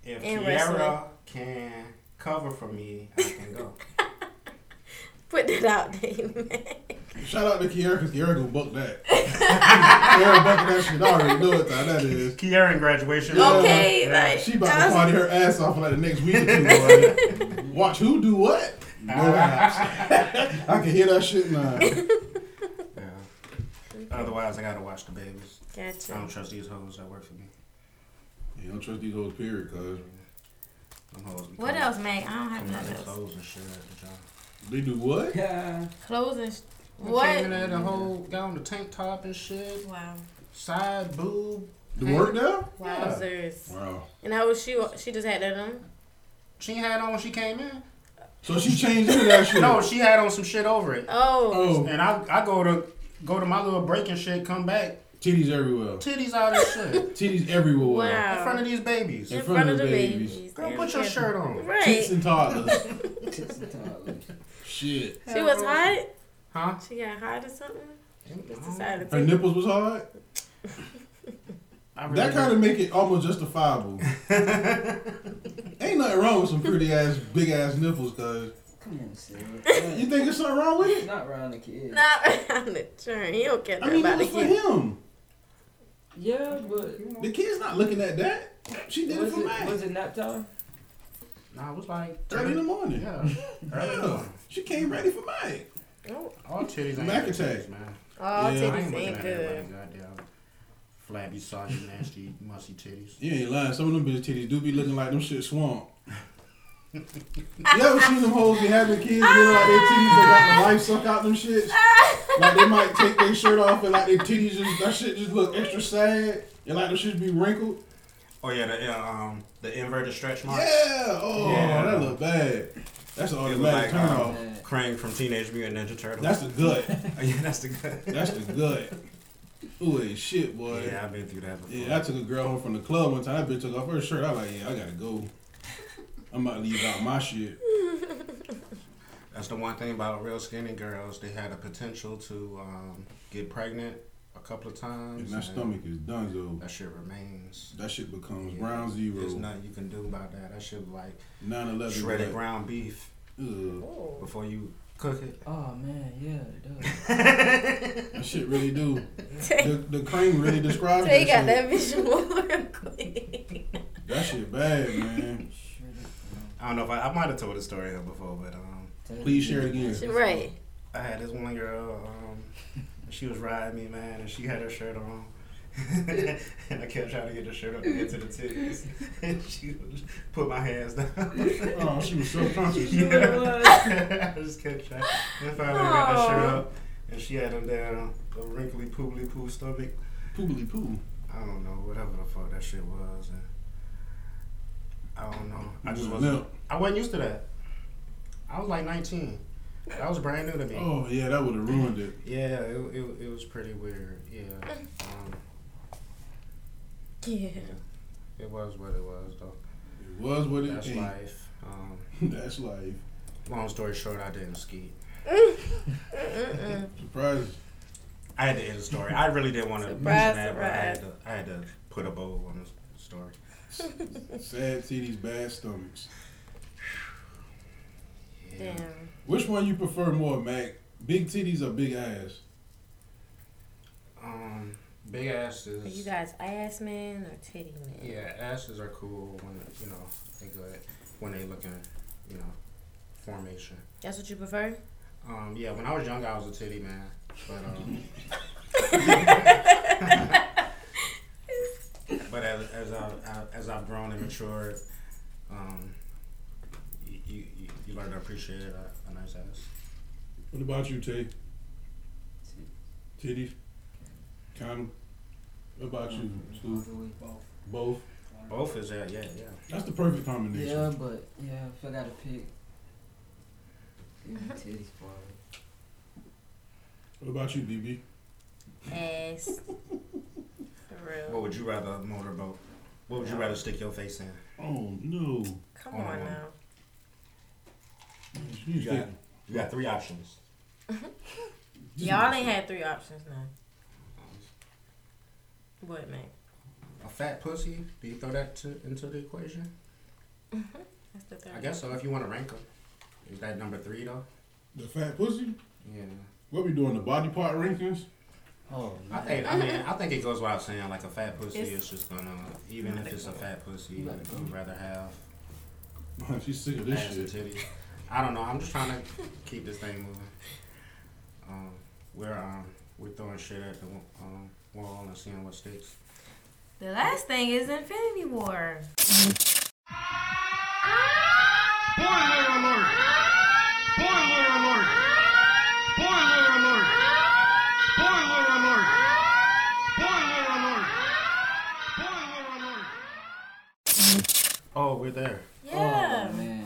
E: If
D: And wrestling.
E: Tiara can cover for me, I can go.
D: Put that out there, Mac.
F: Shout out to Kiara, because Kiara gonna book that. Kiara booked that shit. I already know what time that is.
E: Kiara in graduation.
F: Yeah.
D: Okay, like
F: She about
D: I
F: to
D: was-
F: party her ass off for like the next week or two. already. Watch who do what? No cops. I can hear that shit now.
E: Yeah. Otherwise, I gotta watch the babies. I don't
D: Gotcha.
E: trust these hoes that work for me.
F: You don't trust these hoes, period, cuz.
E: Them hoes be
D: What
E: coming-
D: else, Mac? I don't have
E: coming out
D: nothing
E: their
D: else.
E: clothes and shit. and
F: They do what?
H: Yeah.
D: Clothes and sh-
E: y'all- Came in
D: what?
E: there, the whole got on the tank top and shit,
D: Wow,
E: side boob,
F: The work now?
D: wowzers!
F: Wow.
D: And how was she? She just had that um, on.
E: She had on when she came in.
F: So she changed into that shit.
E: No, she had on some shit over it.
D: Oh,
F: Oh,
E: And I, I go to go to my little break and shit, come back,
F: titties everywhere.
E: titties out and shit.
F: Titties everywhere.
D: wow!
E: In front of these babies.
F: In front of the babies.
E: Girl,
D: Damn,
E: put your
D: yeah.
E: shirt on.
F: Tits
D: Right.
F: and toddlers. shit.
D: She was hot.
E: Huh?
D: She got hot or something. Just decided
F: Mm-hmm. Her
D: to.
F: nipples was hard?
E: I really
F: That kind of make it almost justifiable. Ain't nothing wrong with some pretty ass, big ass nipples, cuz.
H: Come on, Sid.
F: You think there's something wrong with it?
H: Not around the kids.
D: Not around the turn. He don't care
F: I
D: nothing
F: mean, it
D: about the
F: was for
D: kids.
F: him.
H: Yeah, but
F: The kid's not looking at that. She did it
H: was
F: for
H: it,
F: Max.
H: was it nap time?
E: Nah, it was like
F: Early in the morning.
E: Yeah. Early in the
F: Yeah.
E: morning.
F: She came ready for Mike.
E: All titties ain't
F: Mac
E: good
F: attack.
E: titties, man.
D: All
F: Yeah, I
E: I ain't
D: titties
E: looking
D: ain't
E: at
D: good.
E: everybody goddamn flabby, soggy, nasty, musty titties.
F: You ain't lying. Some of them bitch titties do be looking like them shit swamp. you ever seen them hoes be having kids and they like their titties they got the life suck out them shits? Like they might take their shirt off and like their titties just that shit just look extra sad and like them shits be wrinkled.
E: Oh yeah, the uh, um the inverted stretch marks.
F: Yeah. Oh,
E: Yeah.
F: that look bad. That's an
E: look like,
F: automatic turn
E: um,
F: off.
E: Krang from Teenage Mutant Ninja Turtles.
F: That's the gut.
E: yeah, that's the good.
F: That's the gut. Ooh, ain't shit, boy.
E: Yeah, I've been through that before.
F: Yeah, I took a girl home from the club one time. That bitch took off her shirt. I was like, yeah, I gotta go. I'm about to leave out my shit.
E: That's the one thing about real skinny girls. They had a potential to um, get pregnant a couple of times.
F: And my
E: and
F: stomach is done, so
E: That shit remains.
F: that shit becomes
E: Yeah.
F: brown zero,
E: There's nothing you can do about that. That shit like
F: 9-11.
E: shredded
F: black.
E: ground beef
F: Ugh,
D: Oh,
E: before you cook it.
H: Oh man, yeah, it does.
F: that shit really do. the, the cream really describes
D: so
F: that,
D: you got
F: shit.
D: that visual real quick.
F: That shit bad, man.
H: Sure do.
E: I don't know if I, I might have told the story here before, but um,
F: Please share it again.
D: Right.
E: I had this one girl. Um, she was riding me, man, and she had her shirt on. and I kept trying to get the shirt up to get to the titties. And she would put my hands down.
F: Oh, she was so conscious.
E: Yeah. I just kept trying. And finally I got the shirt up. And she had them down, a wrinkly, poobly poo stomach.
F: Poobly poo.
E: I don't know, whatever the fuck that shit was. And I don't know. I just
F: Well,
E: wasn't.
F: now-
E: I wasn't used to that. I was like 19. That was brand new to me.
F: Oh yeah, that would have ruined it.
E: Yeah, it, it, it was pretty weird. Yeah. Um,
D: Yeah.
E: it was what it was, though.
F: It was what it
E: That's
F: ain't.
E: life. Um,
F: That's life.
E: long story short, I didn't ski.
F: Surprise.
E: I had to end the story. I really didn't want to mention
D: Surprise,
E: that, but I had to,
D: surprise.
E: I had to put a bow on the story.
F: Sad titties, bad stomachs.
E: Yeah.
D: Damn.
F: Which one you prefer more, Mac? Big titties or big ass?
E: Um, big asses.
D: Are you guys ass man or titty man?
E: Yeah, asses are cool when you know they good when they look in you know formation.
D: That's what you prefer?
E: Um, yeah, when I was young, I was a titty man, but um, but as as I, I as I've grown and matured, um, you, you you- you learn to appreciate a, a nice ass.
F: What about you, Tay? Titties. Kind of. What about you,
K: Mm-hmm.
F: Stu? Both.
E: Both is that, yeah, yeah.
F: That's the perfect combination.
K: Yeah, but yeah, if I gotta pick, give me titties probably.
F: What about you, DB?
D: Ass. For real.
E: What would you rather motorboat? What would you rather stick your face in?
F: Oh no.
D: Come
E: Oh,
D: on
E: no.
D: now.
F: You
E: You got,
F: think-
E: you got three options.
D: Y'all ain't had three options now. What, man?
E: A fat pussy. Do you throw that to, into the equation?
D: That's the third.
E: I guess so. If you want to rank them, is that number three though?
F: The fat pussy?
E: Yeah.
F: What we doing? The body part rankings?
K: Oh,
E: I
K: man.
E: think. I mean, I think it goes without saying. Like a fat pussy
D: It's-
E: is just gonna, even if it's a fat pussy,
K: You gotta go.
E: you'd rather have
F: She's sick of
E: ass
F: this
E: and
F: shit.
E: titties. I don't know. I'm just trying to keep this thing moving. Um, we're um, we're throwing shit at the um, wall and seeing what sticks.
D: The last thing is Infinity War.
E: Oh, we're there.
D: Yeah.
K: Oh man.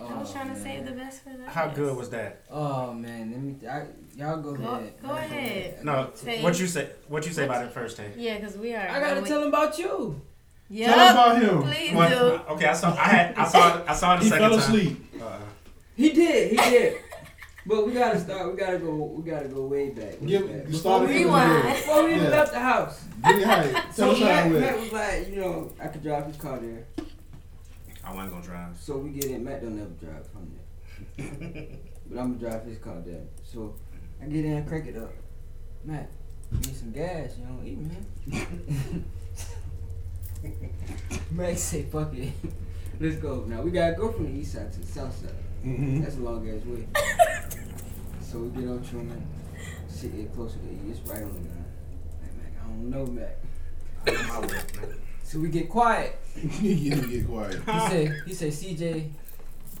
K: Oh,
D: I was trying to
K: man.
D: save the best for last.
E: How good was that?
K: Oh man, let me. I, y'all go,
D: Go-
K: ahead.
D: go
K: Y'all
D: ahead.
E: No,
D: Tay.
E: what you say? What you say about it first, Tay?
D: Yeah, because we are.
K: I gotta tell them about you.
D: Yeah.
F: Tell about him.
D: Please
E: What-
D: do.
E: Okay, I saw. I had. I saw. I saw it the
F: He
E: second
F: fell
E: time.
F: asleep.
E: Uh,
K: He did. He did. but we gotta start. We gotta go. We gotta go way back. Way
F: Give,
K: back.
F: you started from the
D: Rewind.
F: beginning.
K: Before we even
F: Yeah.
K: left the house.
F: Give me height. Tell
K: So
F: us how
K: Matt,
F: it
K: Matt
F: went.
K: was like, you know, I could drive his car there.
E: I wasn't gonna drive.
K: So we get in. Matt don't ever drive from there. but I'm gonna drive his car there. So I get in and crank it up. Matt, you need some gas, you don't eat, man. Matt say, fuck it. Let's go. Now we gotta go from the east side to the south side.
F: Mm-hmm.
K: That's a long ass way. so we get on Truman. Shit get closer to you. It's right on the line. Like, Mac, I don't know, Mac.
E: I know my whip, man.
K: So we get quiet.
F: you need to get quiet.
K: He said, he said, CJ,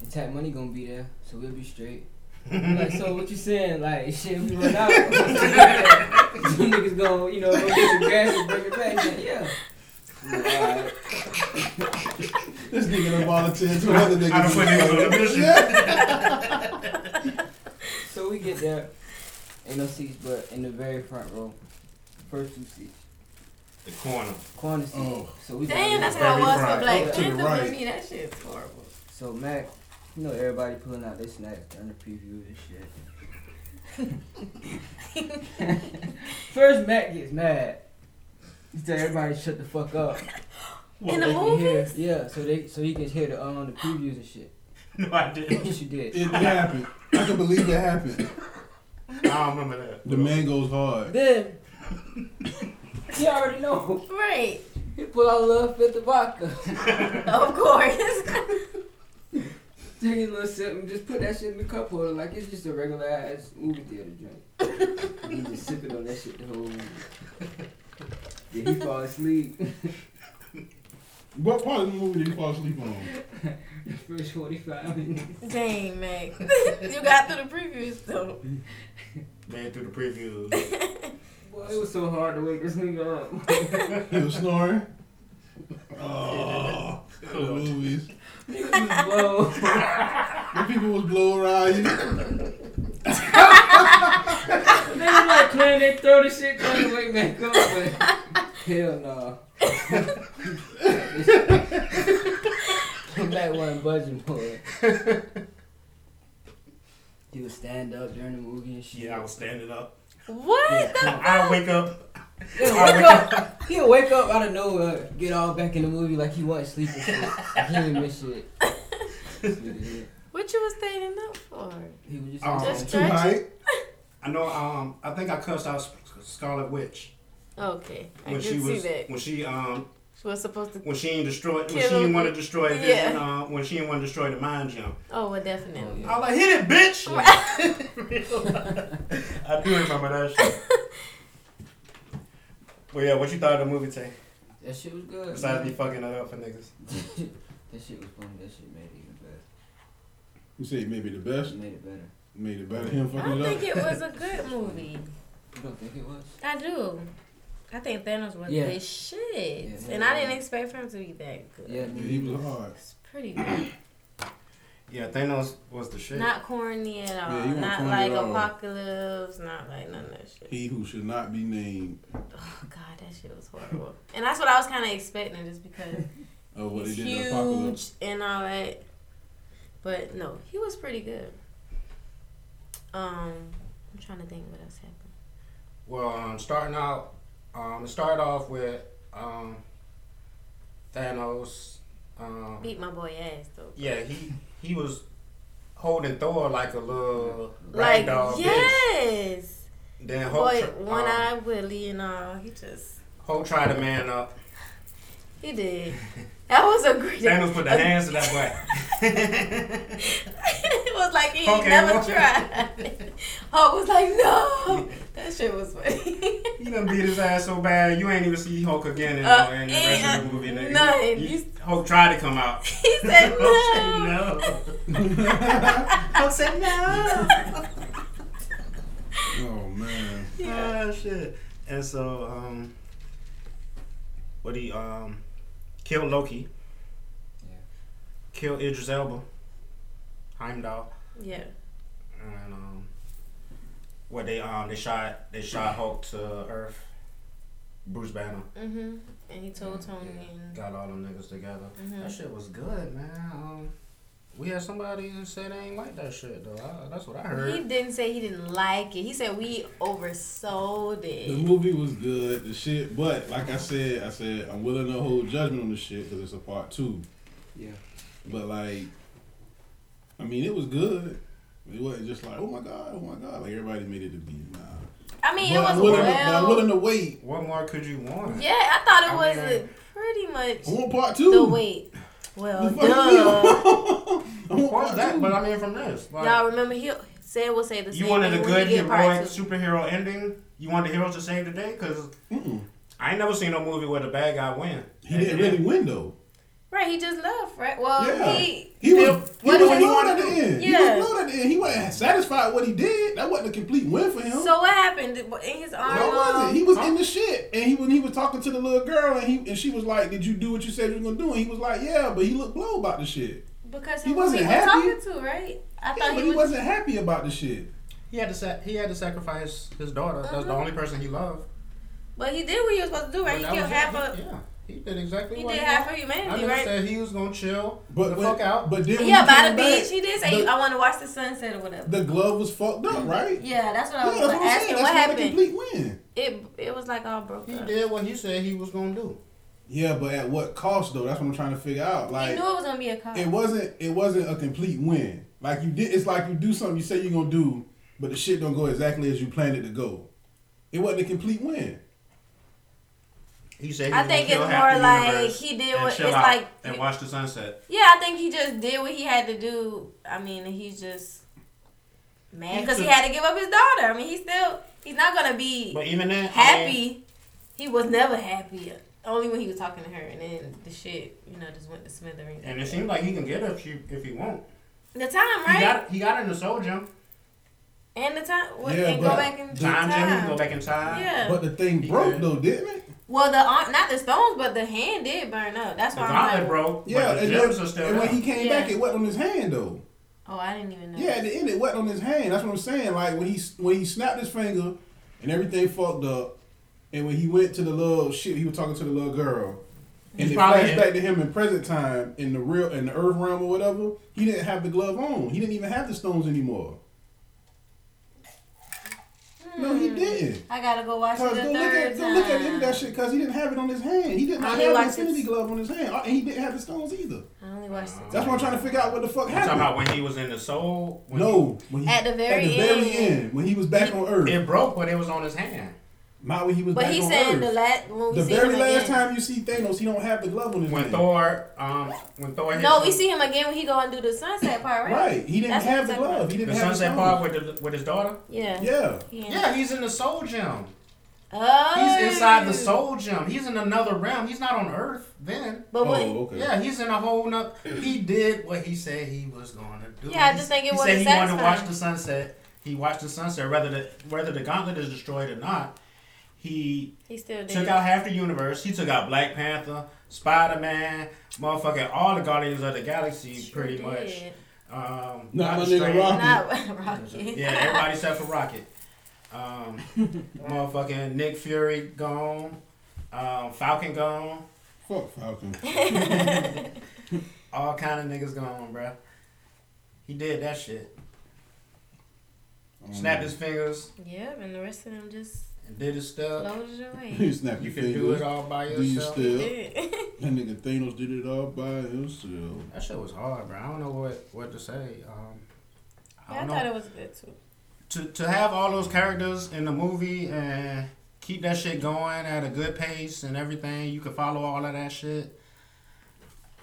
K: and Tap Money gonna be there, so we'll be straight. I'm like, so what you saying? Like, shit, we run out. You niggas gonna, you know, go get some gas and bring it back. He's like, yeah. I'm like, "All right."
F: This nigga done volunteered to other niggas.
E: I done put niggas on the mission.
K: So we get there. Ain't no seats, but in the very front row, first two seats,
E: The corner.
K: corner seats.
F: Oh.
K: So we
D: Damn, that's
K: got.
D: how I was for
E: Right.
D: Black
F: Up to the
D: Panther
F: right.
D: for me. That shit's horrible.
K: So Mac, you know everybody pulling out their snacks during the preview and shit. First Mac gets mad. He tell everybody to shut the fuck up.
D: In the
K: They can hear-
D: movies?
K: yeah, so they so he can hear the um the previews and shit.
E: No, I didn't.
K: Yes, you did.
F: It happened. I can believe it happened.
E: I don't remember that.
F: The man goes hard.
K: Then he already know.
D: Right.
K: He pull out a little fifth of vodka.
D: Of course.
K: Take a little sip and just put that shit in the cup holder like it's just a regular ass movie theater drink. he just sipping on that shit the whole movie. Then he fall asleep.
F: What part of the movie did you fall asleep on?
K: the first 45 minutes.
D: Dang, Mac. you got through the previews, though.
E: Man through the preview.
K: Boy, it was so hard to wake this nigga up.
F: He was snoring. Oh, the movies.
K: Nigga was blown.
F: The people was blowing around you.
K: Nigga like playing their throw the shit trying to wake back up, but hell no. Come back wasn't budging for it. He would stand up during the movie and shit.
E: Yeah, I was standing up.
D: What?
E: I wake up.
K: He'll wake up. He'll wake up out of nowhere, get all back in the movie like he wasn't sleeping. Shit. He didn't miss shit. He
D: What you was standing up for?
K: was just. oh,
E: Um,
D: Just
F: Too
D: stretching?
F: high.
E: I know. Um, I think I cussed out Sc- Scarlet Witch
D: Okay. I
E: when
D: did
E: she
D: see
E: was
D: that.
E: when she um
D: She was supposed to.
E: when she ain't destroyed when
D: Kill
E: she didn't
D: him.
E: want to destroy this
D: Yeah.
E: and, uh, when she didn't want to destroy the mind jump.
D: Oh, well, definitely.
E: I was like, hit it, bitch. I do remember that shit. Well, yeah, what you thought of the movie, Tay?
K: that shit was good.
E: Besides me
K: man.
E: fucking it up for niggas.
K: that shit was funny. That shit made it even better.
F: You say maybe the best.
K: It made it better.
F: Made it better. Him
D: I
F: fucking
D: don't
F: it up.
D: think it was a good movie.
K: You don't think it was?
D: I do. I think Thanos was
K: Yeah.
D: the shit,
K: Yeah,
D: and
K: yeah,
D: I didn't
K: yeah.
D: expect for him to be that good.
K: Yeah,
F: Yeah, he was hard.
D: It's pretty good.
E: Yeah, Thanos was the shit.
D: not corny at all.
F: Yeah, he wasn't
D: not
F: corny
D: like
F: at all.
D: apocalypse. Not like none of that shit.
F: He who should not be named.
D: Oh god, that shit was horrible. and that's what I was kind of expecting, just because
F: Oh, what
D: he's
F: they did in
D: huge
F: Apocalypse.
D: and all that. But no, he was pretty good. Um, I'm trying to think what else happened.
E: Well, um, starting out, um, it started off with um, Thanos. Um,
D: Beat my boy ass though.
E: yeah, he he was holding Thor like a little
D: Like
E: ragdoll bitch.
D: yes,
E: Then Hulk,
D: boy,
E: tr-
D: one
E: um,
D: eye Willie and all. He just
E: Hulk tried to man up.
D: he did. That was a great.
E: Thanos put the hands to that boy.
D: it was like he
E: Hulk ain't
D: never
E: walking.
D: tried. Hulk was like, no, that shit was funny.
E: He done beat his ass so bad, you ain't even see Hulk again in,
D: Uh,
E: in the rest
D: ain't,
E: of the movie.
D: uh,
E: nigga.
D: nothing.
E: You-
D: You-
E: Hulk tried to come out.
D: he said
E: Hulk
D: no.
E: said no.
D: Hulk said no.
F: Oh man.
E: Ah, shit. And so, um, what he um, killed Loki.
K: Yeah.
E: Killed Idris Elba. Heimdall.
D: yeah.
E: And um, what they um they shot they shot Hulk to Earth. Bruce Banner
D: Mm-hmm. And he told Tony. And,
E: got all them niggas together.
D: Mm-hmm.
E: That shit was good, man. Um, we had somebody who said they ain't like that shit though. I, that's what I heard.
D: he didn't say he didn't like it. He said we oversold
F: The
D: it.
F: movie was good, the shit, but like I said, I said I'm willing to hold judgment on the shit because it's a part two.
K: Yeah.
F: But like, I mean, it was good. It wasn't just like, oh my god, oh my god, like everybody made it to be. Nah.
D: I mean,
F: But
D: it was
F: I'm willing, to, but I'm
D: well.
F: willing to wait.
E: What more could you want?
D: Yeah, I thought it
E: I
D: was
E: mean-
D: uh, pretty much
F: I want part
D: the
F: two.
D: wait. Well,
F: The fuck you
D: duh.
F: I
E: Of course
F: want part
E: that,
F: two.
E: but I mean from this. Like,
D: Y'all remember he said will say the same
E: You wanted a
D: thing
E: good
D: when we get part
E: heroic
D: two.
E: superhero ending? You want the heroes to save the day? Because I ain't never seen no movie where the bad guy win.
F: He didn't really win though.
D: Right, he just left, right? Well,
F: Yeah.
D: Uh, he,
F: He was, he
D: what
F: was
D: did he-
F: blown at the end.
D: Yeah.
F: He was blown at the end. He wasn't satisfied with what he did. That wasn't a complete win for him.
D: So um, what happened Did- in his arm?
F: No, it wasn't. He was in the shit, and he when he was talking to the little girl, and he and she was like, "Did you do what you said you were gonna do?" And he was like, "Yeah," but he looked blow about the shit.
D: because
F: He
D: he was
F: wasn't happy.
D: talking to, right? I
F: Yeah,
D: thought
F: but
D: he,
F: he
D: was.
F: wasn't happy about the shit.
E: He had to sa- he had to sacrifice his daughter. That's the
D: Uh-huh.
E: only person he loved.
D: But he did what he was supposed to do, right?
E: But
D: He killed
E: that was it.
D: half
E: He-
D: of.
E: Yeah, he did exactly
D: He
E: what
D: did
E: he
D: half
E: wanted.
D: of
E: I
D: humanity,
E: never
D: right?
E: said he was gonna chill
F: But
E: the
F: when-
E: fuck out.
F: But then when
D: Yeah,
F: he
D: by
F: came
D: the
F: back,
D: beach. He did say,
F: the,
D: "I want to watch the sunset or whatever."
F: the glove was fucked up, right?
D: yeah, that's what I
F: Yeah,
D: was
F: that's
D: like,
F: what I'm saying.
D: asking.
F: That's
D: What
F: not a
D: happened?
F: complete win.
D: It it was like all broke
E: he
D: up.
E: did what he said he was gonna do.
F: Yeah, but at what cost though? That's what I'm trying to figure out.
D: He
F: Like,
D: knew it was gonna be a cop.
F: it wasn't it wasn't a complete win. Like you did, it's like you do something you say you're gonna do, but the shit don't go exactly as you planned it to go. It wasn't a complete win.
E: He said he
D: I
E: was
D: think
E: gonna
D: it's
E: kill half
D: more
E: the
D: like
E: universe
D: he did
E: and
D: what-
E: chill
D: it's
E: out
D: like-
E: and watch the sunset.
D: Yeah, I think he just did what he had to do. I mean, he's just mad
E: He
D: because he
E: took-
D: had to give up his daughter. I mean, he's still he's not gonna be
E: But even then, I mean,
D: happy. He was never happy. Only when he was talking to her, and then the shit, you know, just went to smithereens.
E: and it seems like he can get her if he if he want.
D: The time,
E: He
D: right?
E: got he got her in the soul gym.
D: And the time. What,
F: Yeah,
D: and go
F: but
D: back in
E: Time
D: time.
E: gym, he can go back in time.
D: Yeah.
F: But the thing
E: He
F: broke
E: did.
F: though, didn't it?
D: well, the arm, not the stones, but the hand did burn up. That's
E: The
D: why I'm
E: gauntlet
D: like,
E: broke.
F: Yeah,
E: Yeah, but the
F: and,
E: gems
F: then-
E: are still.
F: and
E: there.
F: when he came
D: Yeah.
F: back, it wasn't on his hand though.
D: oh, I didn't even know.
F: Yeah, at the end, it wasn't on his hand. That's what I'm saying. Like when he when he snapped his finger, and everything fucked up, and when he went to the little shit, he was talking to the little girl, and
E: He's
F: it
E: probably-
F: flashed back to him in present time in the real in the earth realm or whatever. He didn't have the glove on. He didn't even have the stones anymore. No, he didn't.
D: I gotta go watch it
F: Cause
D: the
F: go
D: third
F: look at go
D: time.
F: look at him that shit because he didn't have it on his hand. He did
D: I
F: not
D: only
F: have the
D: watched it-
F: infinity glove on his hand, Uh, and he didn't have the stones either.
D: I only watched it.
F: That's why I'm trying to figure out what the fuck
E: You talking
F: happened.
E: about when he was in the soul? When
F: No, when he,
D: At the very
F: very
D: end.
F: end, when he was back on Earth,
E: It broke, but it was on his hand.
F: not when he was
D: But
F: back
D: he
F: on
D: said
F: Earth.
D: the last when we
F: the
D: see
F: very
D: him
F: last
D: again.
F: time you see Thanos, he don't have the glove on his
E: When
F: hand.
E: Thor, um, when Thor hit
D: No,
E: him,
D: we see him again when he go and do the sunset part, right?
F: right, he didn't
D: That's
F: have
D: what
F: the
D: I'm talking
F: glove.
D: about.
F: He didn't
E: the
F: have
E: sunset
F: the
E: part
F: glove.
E: with the, with his daughter.
D: Yeah.
F: Yeah,
E: Yeah, he's in the soul gem.
D: Oh.
E: He's inside the soul gem. He's in another realm. He's not on Earth then.
D: But what?
F: Oh, okay.
E: Yeah, he's in a whole nother. He did what he said he was going to do.
D: Yeah, I
E: He-
D: just think it
E: he
D: wasn't
E: said he wanted to
D: satisfying.
E: watch the sunset. He watched the sunset, whether the whether the gauntlet is destroyed or not. He
D: He still did.
E: took out half the universe. He took out Black Panther, Spider Man, motherfucking all the Guardians of the Galaxy,
D: Sure
E: pretty
D: did.
E: much. Um,
F: Not
E: Doctor
F: my nigga
E: Strange.
F: Rock.
D: Not Rocket.
E: Yeah, everybody except for Rocket. Um, motherfucking Nick Fury gone. Um, Falcon gone.
F: Fuck Falcon.
E: All kind of niggas gone, bruh. He did that shit.
F: Oh, Um,
E: Snapped his fingers
D: Yep, and the rest of them just
E: and did his stuff.
D: floated away.
F: You snap
E: You
F: your
E: can do
F: fingers.
E: it all by
F: Do you
E: yourself.
F: still? That
D: Did.
F: nigga Thanos did it all by himself.
E: That shit was hard, bro. I don't know what, what to say. Um, I
D: Yeah, I
E: don't
D: thought
E: know.
D: it was good too.
E: to to have all those characters in the movie and keep that shit going at a good pace and everything, you could follow all of that shit.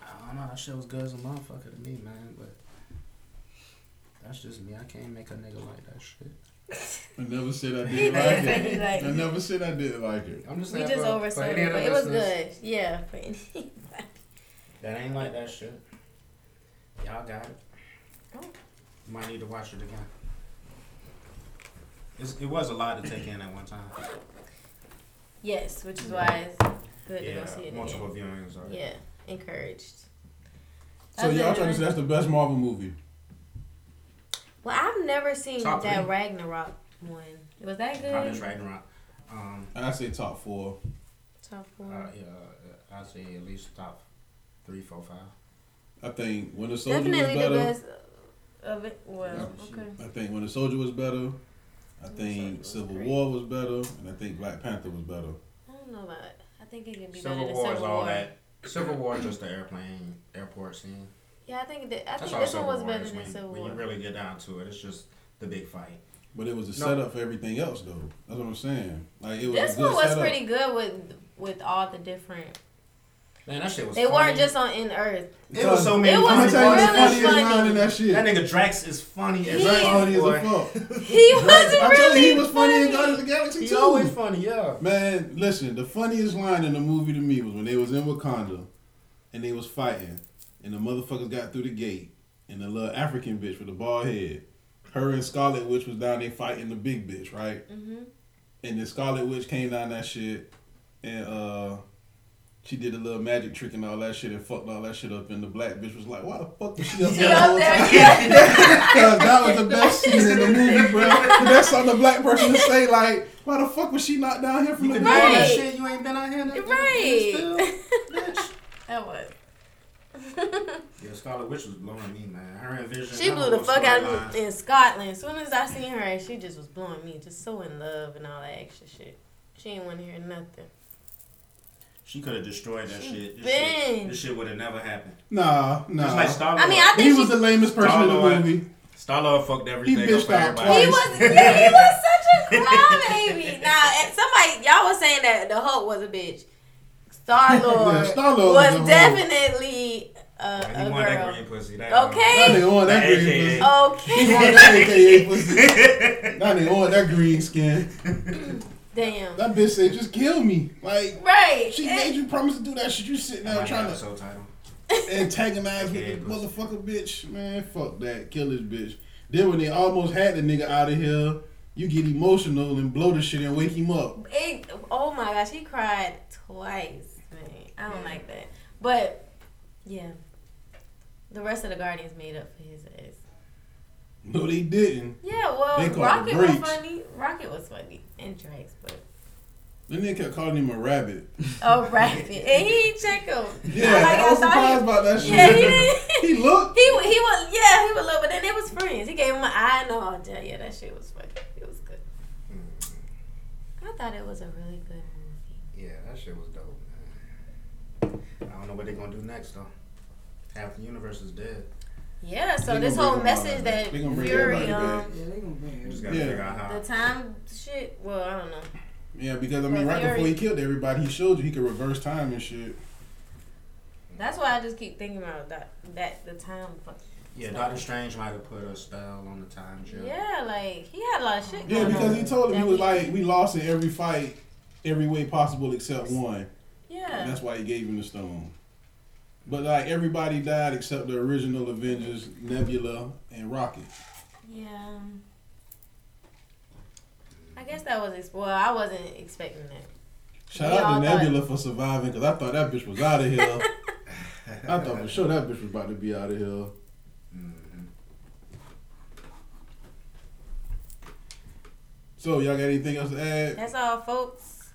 E: I don't know. That shit was good as a motherfucker to me, man. But that's just me. I can't make a nigga like that shit.
F: I never said I didn't like it.
D: He's like,
F: I never said I didn't like it.
E: I'm just
D: we
E: saying
D: just
E: for- for
D: oversold
E: any
D: it,
E: of the
D: but it was
E: listeners
D: good. Yeah, for any-
E: That ain't like that shit. Y'all got it.
D: Oh.
E: Might need to watch it again. It's, it was a lot to take in at one time.
D: yes, which is why it's good to
E: Yeah,
D: go see it
E: multiple
D: again.
E: viewings. Already.
D: Yeah, encouraged.
F: So
D: Other
F: y'all trying to say
D: than-
F: that's the best Marvel movie?
D: Well, I've never seen
E: Top
D: that
E: three.
D: Ragnarok one. Was that
E: I'm just
D: good?
E: writing around. Um,
F: And I say top four.
D: Top four.
E: Uh, yeah, I'd say at least top three, four, five.
F: I think when the soldier
D: Definitely
F: was
D: the
F: better.
D: best of it. Well,
E: Yeah,
D: okay.
F: I think when the soldier was better. I
D: Soldier
F: think
D: was
F: Civil
D: great.
F: War was better, and I think Black Panther was better.
D: I don't know about. it. I think it can be
E: Civil
D: better than
E: War
D: Civil
E: is all
D: War.
E: that. Civil War is just the airplane, airport scene.
D: Yeah, I think that, I
E: That's
D: think
E: all
D: this one
E: Civil
D: was
E: War
D: better
E: is
D: than
E: when,
D: Civil
E: when
D: War.
E: you really get down to it. It's just the big fight.
F: But it was a
E: No.
F: setup for everything else, though. That's what I'm saying. Like it was
D: This
F: a good
D: one was
F: setup.
D: pretty good with with all the different.
E: Man, that shit was.
D: They weren't just on In Earth.
E: It was so many.
D: It was
E: funny
F: I'm gonna tell you the
E: parts.
D: really
F: funniest line
D: funny.
F: in that shit.
E: That nigga Drax is funny as
F: Drax
E: fuck.
F: funny as a
E: boy.
F: fuck.
D: He was
F: I told you
D: really
F: he was funny in Guardians of the Galaxy
E: He's
F: too.
E: always funny, yeah.
F: Man, listen, the funniest line in the movie to me was when they was in Wakanda and they was fighting and the motherfuckers got through the gate and the little African bitch with the bald head. Her and Scarlet Witch was down there fighting the big bitch, right? Mm-hmm. And then Scarlet Witch came down that shit and uh she did a little magic trick and all that shit and fucked all that shit up and the black bitch was like, Why the fuck was she up there? all the time?" Cause that was the best scene in the movie, bro. That's on the black person to say, like, why the fuck was she not down here from the
E: You can do all that
D: Right.
E: shit. You ain't been out here. nothing.
D: Right. That was.
E: Yeah, Scarlet Witch was blowing me, man. Her and Vision.
D: She
E: I
D: blew
E: don't
D: the
E: know
D: fuck out of
E: storylines.
D: me in Scotland. As soon as I seen her, she just was blowing me, just so in love and all that extra shit. She ain't want to hear nothing.
E: She could have destroyed that shit. This
D: been.
E: shit, this shit would have never happened.
F: Nah, nah.
E: Just like Star
D: I mean, I
F: he
D: think
F: was
D: she,
F: the lamest person in the
E: Star-Lord.
F: movie.
E: Star Lord fucked everything.
F: bitched
E: up for
F: out
E: everybody.
F: twice.
D: he was yeah, he was such a crybaby. Now, and somebody y'all was saying that the Hulk was a bitch. Star Lord
F: Yeah, Star-Lord was a hoe.
D: was definitely a,
E: He
D: a
E: wanted that
D: Oh, girl.
E: green pussy. That
F: That
D: Okay,
F: nigga wanted that
E: Hey,
F: green
E: hey,
F: pussy.
E: hey.
F: He
D: okay,
F: wanted that AKA pussy. That nigga wanted that green skin.
D: damn,
F: That bitch said, just kill me. Like,
D: right?
F: she
D: And-
F: made you promise to do that shit. You sitting
E: I
F: there
E: might have
F: trying
E: a
F: to
E: subtitle.
F: antagonize with the
E: Yeah, pussy.
F: motherfucker bitch. Man, fuck that. Kill this bitch. Then when they almost had the nigga out of here, you get emotional and blow the shit and wake him up.
D: It, oh my gosh, he cried twice. Man, I don't like that. But yeah, the rest of the Guardians made up for his ass.
F: No, they didn't.
D: Yeah, well,
F: They called
D: Rocket
F: the
D: was
F: breach.
D: funny. Rocket was funny and Drax, but
F: Then they kept calling him a rabbit.
D: oh, Rocket and he didn't check him.
F: Yeah,
D: Like,
F: I was
D: thought he-
F: surprised about that shit.
D: Yeah, he didn't.
F: he looked.
D: He wa- he was yeah he was low, but then they was friends. He gave him an eye and all that. Yeah, that shit was funny. It was good. Mm. I thought it was a really good movie.
E: Yeah, that shit was dope, man. I don't know what they're gonna do next though. Half the universe is dead.
D: Yeah, so
F: They
D: this
F: gonna
D: whole
F: bring them all
D: message
F: back.
D: that
F: They gonna bring
D: Fury
F: everybody
D: um
F: back.
K: Yeah, they gonna bring
E: You
K: it.
E: just gotta
F: Yeah.
E: figure out how.
D: The time shit. Well, I don't know.
F: Yeah, because I mean,
D: Well,
F: right
D: Fury-
F: before he killed everybody, he showed you he could reverse time and shit.
D: That's why I just keep thinking about that. That the time. fuck-
E: Yeah, Doctor Strange might have put a spell on the time
D: Yeah,
E: jump.
D: like he had a lot of shit.
F: Yeah,
D: going
F: because
D: on
F: he told him
D: that
F: he was
D: week.
F: like, we lost in every fight, every way possible except one. And
D: Yeah.
F: that's why he gave him the stone. But like everybody died except the original Avengers, Nebula and Rocket.
D: Yeah. I guess that that was ex- well. I wasn't expecting that.
F: Shout
D: We
F: out
D: all
F: to
D: thought-
F: Nebula for surviving because I thought that bitch was out of here. I thought for sure that bitch was about to be out of here.
E: Mm-hmm.
F: So y'all got anything else to add?
D: That's all, folks.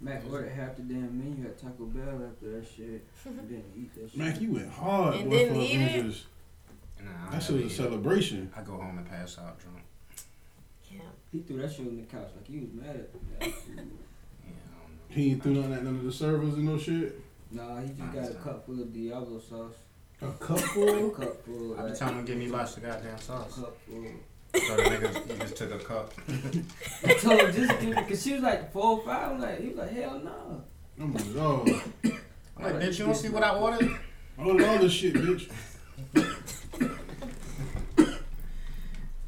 K: Mac ordered half the damn menu at Taco Bell after that shit. and Didn't eat that shit.
F: Mac, you went hard.
D: And
F: boy,
D: didn't
F: for
D: eat
F: them
D: it?
F: niggas.
E: Nah, I
F: That shit
E: never
F: was a
E: eat it.
F: celebration.
E: I go home and pass out drunk.
D: Yeah.
K: He threw that shit on the couch like he was mad at that. food.
E: Yeah, I don't know.
F: He ain't threw nothing at none of the servers and no shit.
K: nah, he just got a cup full of Diablo sauce.
F: A Oh cup
K: A
F: full.
K: cup full.
E: I be
K: Like,
E: telling him to give me lots of goddamn sauce.
K: cup full.
E: So the niggas, he just took a cup.
K: I told her just do it because she was like four or five. I'm like, he was like, hell no.
F: I'm like, oh,
E: I'm like, bitch, you don't see what I ordered?
F: I ordered all this shit, bitch.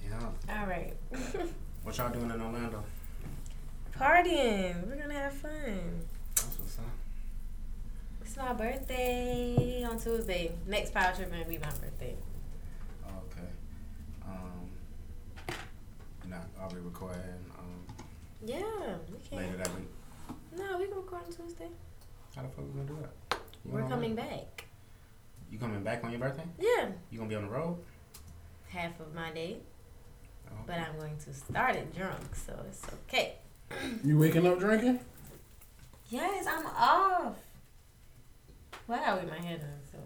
E: Yeah.
D: All right.
E: What y'all doing in Orlando?
D: Partying. We're gonna have fun.
E: That's what's up.
D: It's my birthday on Tuesday. Next power trip gonna be my birthday.
E: Oh, Okay. Um, nah, I'll be recording um,
D: Yeah, we
E: later
D: can.
E: that week.
D: No, we can record on Tuesday.
E: How the fuck we gonna do that? You
D: We're
E: gonna-
D: coming back.
E: You coming back on your birthday?
D: Yeah,
E: You gonna be on the road?
D: half of my day,
E: Oh.
D: but I'm going to start it drunk, so it's okay.
F: You waking up drinking?
D: Yes, I'm off. Wow, with my head on. So.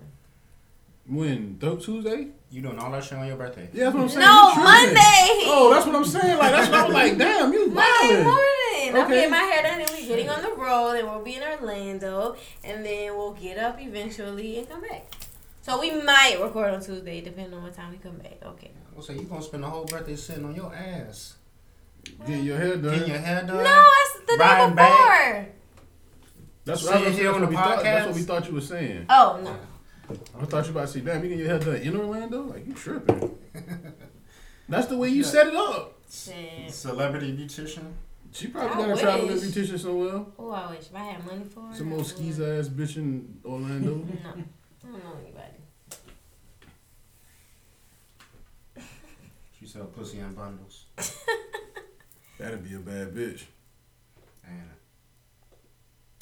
F: When? Dope Tuesday?
E: You doing all that shit on your birthday?
F: Yeah, that's what I'm saying.
D: No,
F: You tripping.
D: Monday.
F: Oh, that's what I'm saying. Like that's what I was like. Damn, you
D: Monday
F: wildin'.
D: morning. I'm
F: Okay.
D: getting my hair done, and we're getting on the road, and we'll be in Orlando, and then we'll get up eventually and come back. So we might record on Tuesday, depending on what time we come back. Okay.
E: Well, so you gonna spend the whole birthday sitting on your ass,
F: Getting your hair done.
E: getting your hair done?
D: No, it's the day
E: Uh, Ryan
D: before.
E: back.
F: That's
E: Sit
F: what, I was,
E: here
F: that's,
E: on
F: what
E: the
F: we thought, that's
E: podcast?
F: what we thought you were saying.
D: Oh no.
F: I thought you about to say, damn, you get your hair done in Orlando? Like, you tripping. That's the way you set it up.
D: Shit.
E: Celebrity beautician?
F: She probably
D: I
F: got a traveling
D: wish.
F: beautician somewhere.
D: Oh, I wish if I had money for it.
F: Some
D: I
F: old
D: would.
F: skis ass bitch in Orlando.
D: No, I don't know anybody.
E: She sell pussy in bundles.
F: That'd be a bad bitch.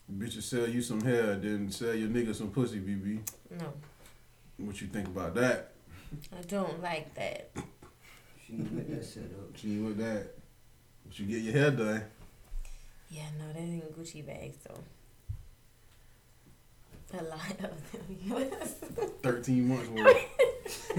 E: And
F: Bitches sell you some hair, then sell your nigga some pussy, BB.
D: No,
F: What you think about that?
D: I don't like that.
K: She didn't make that shit up.
F: She with that. But you get your hair done.
D: Yeah, no, they ain't Gucci bags though. A lot of them. yes.
F: 13 months worth.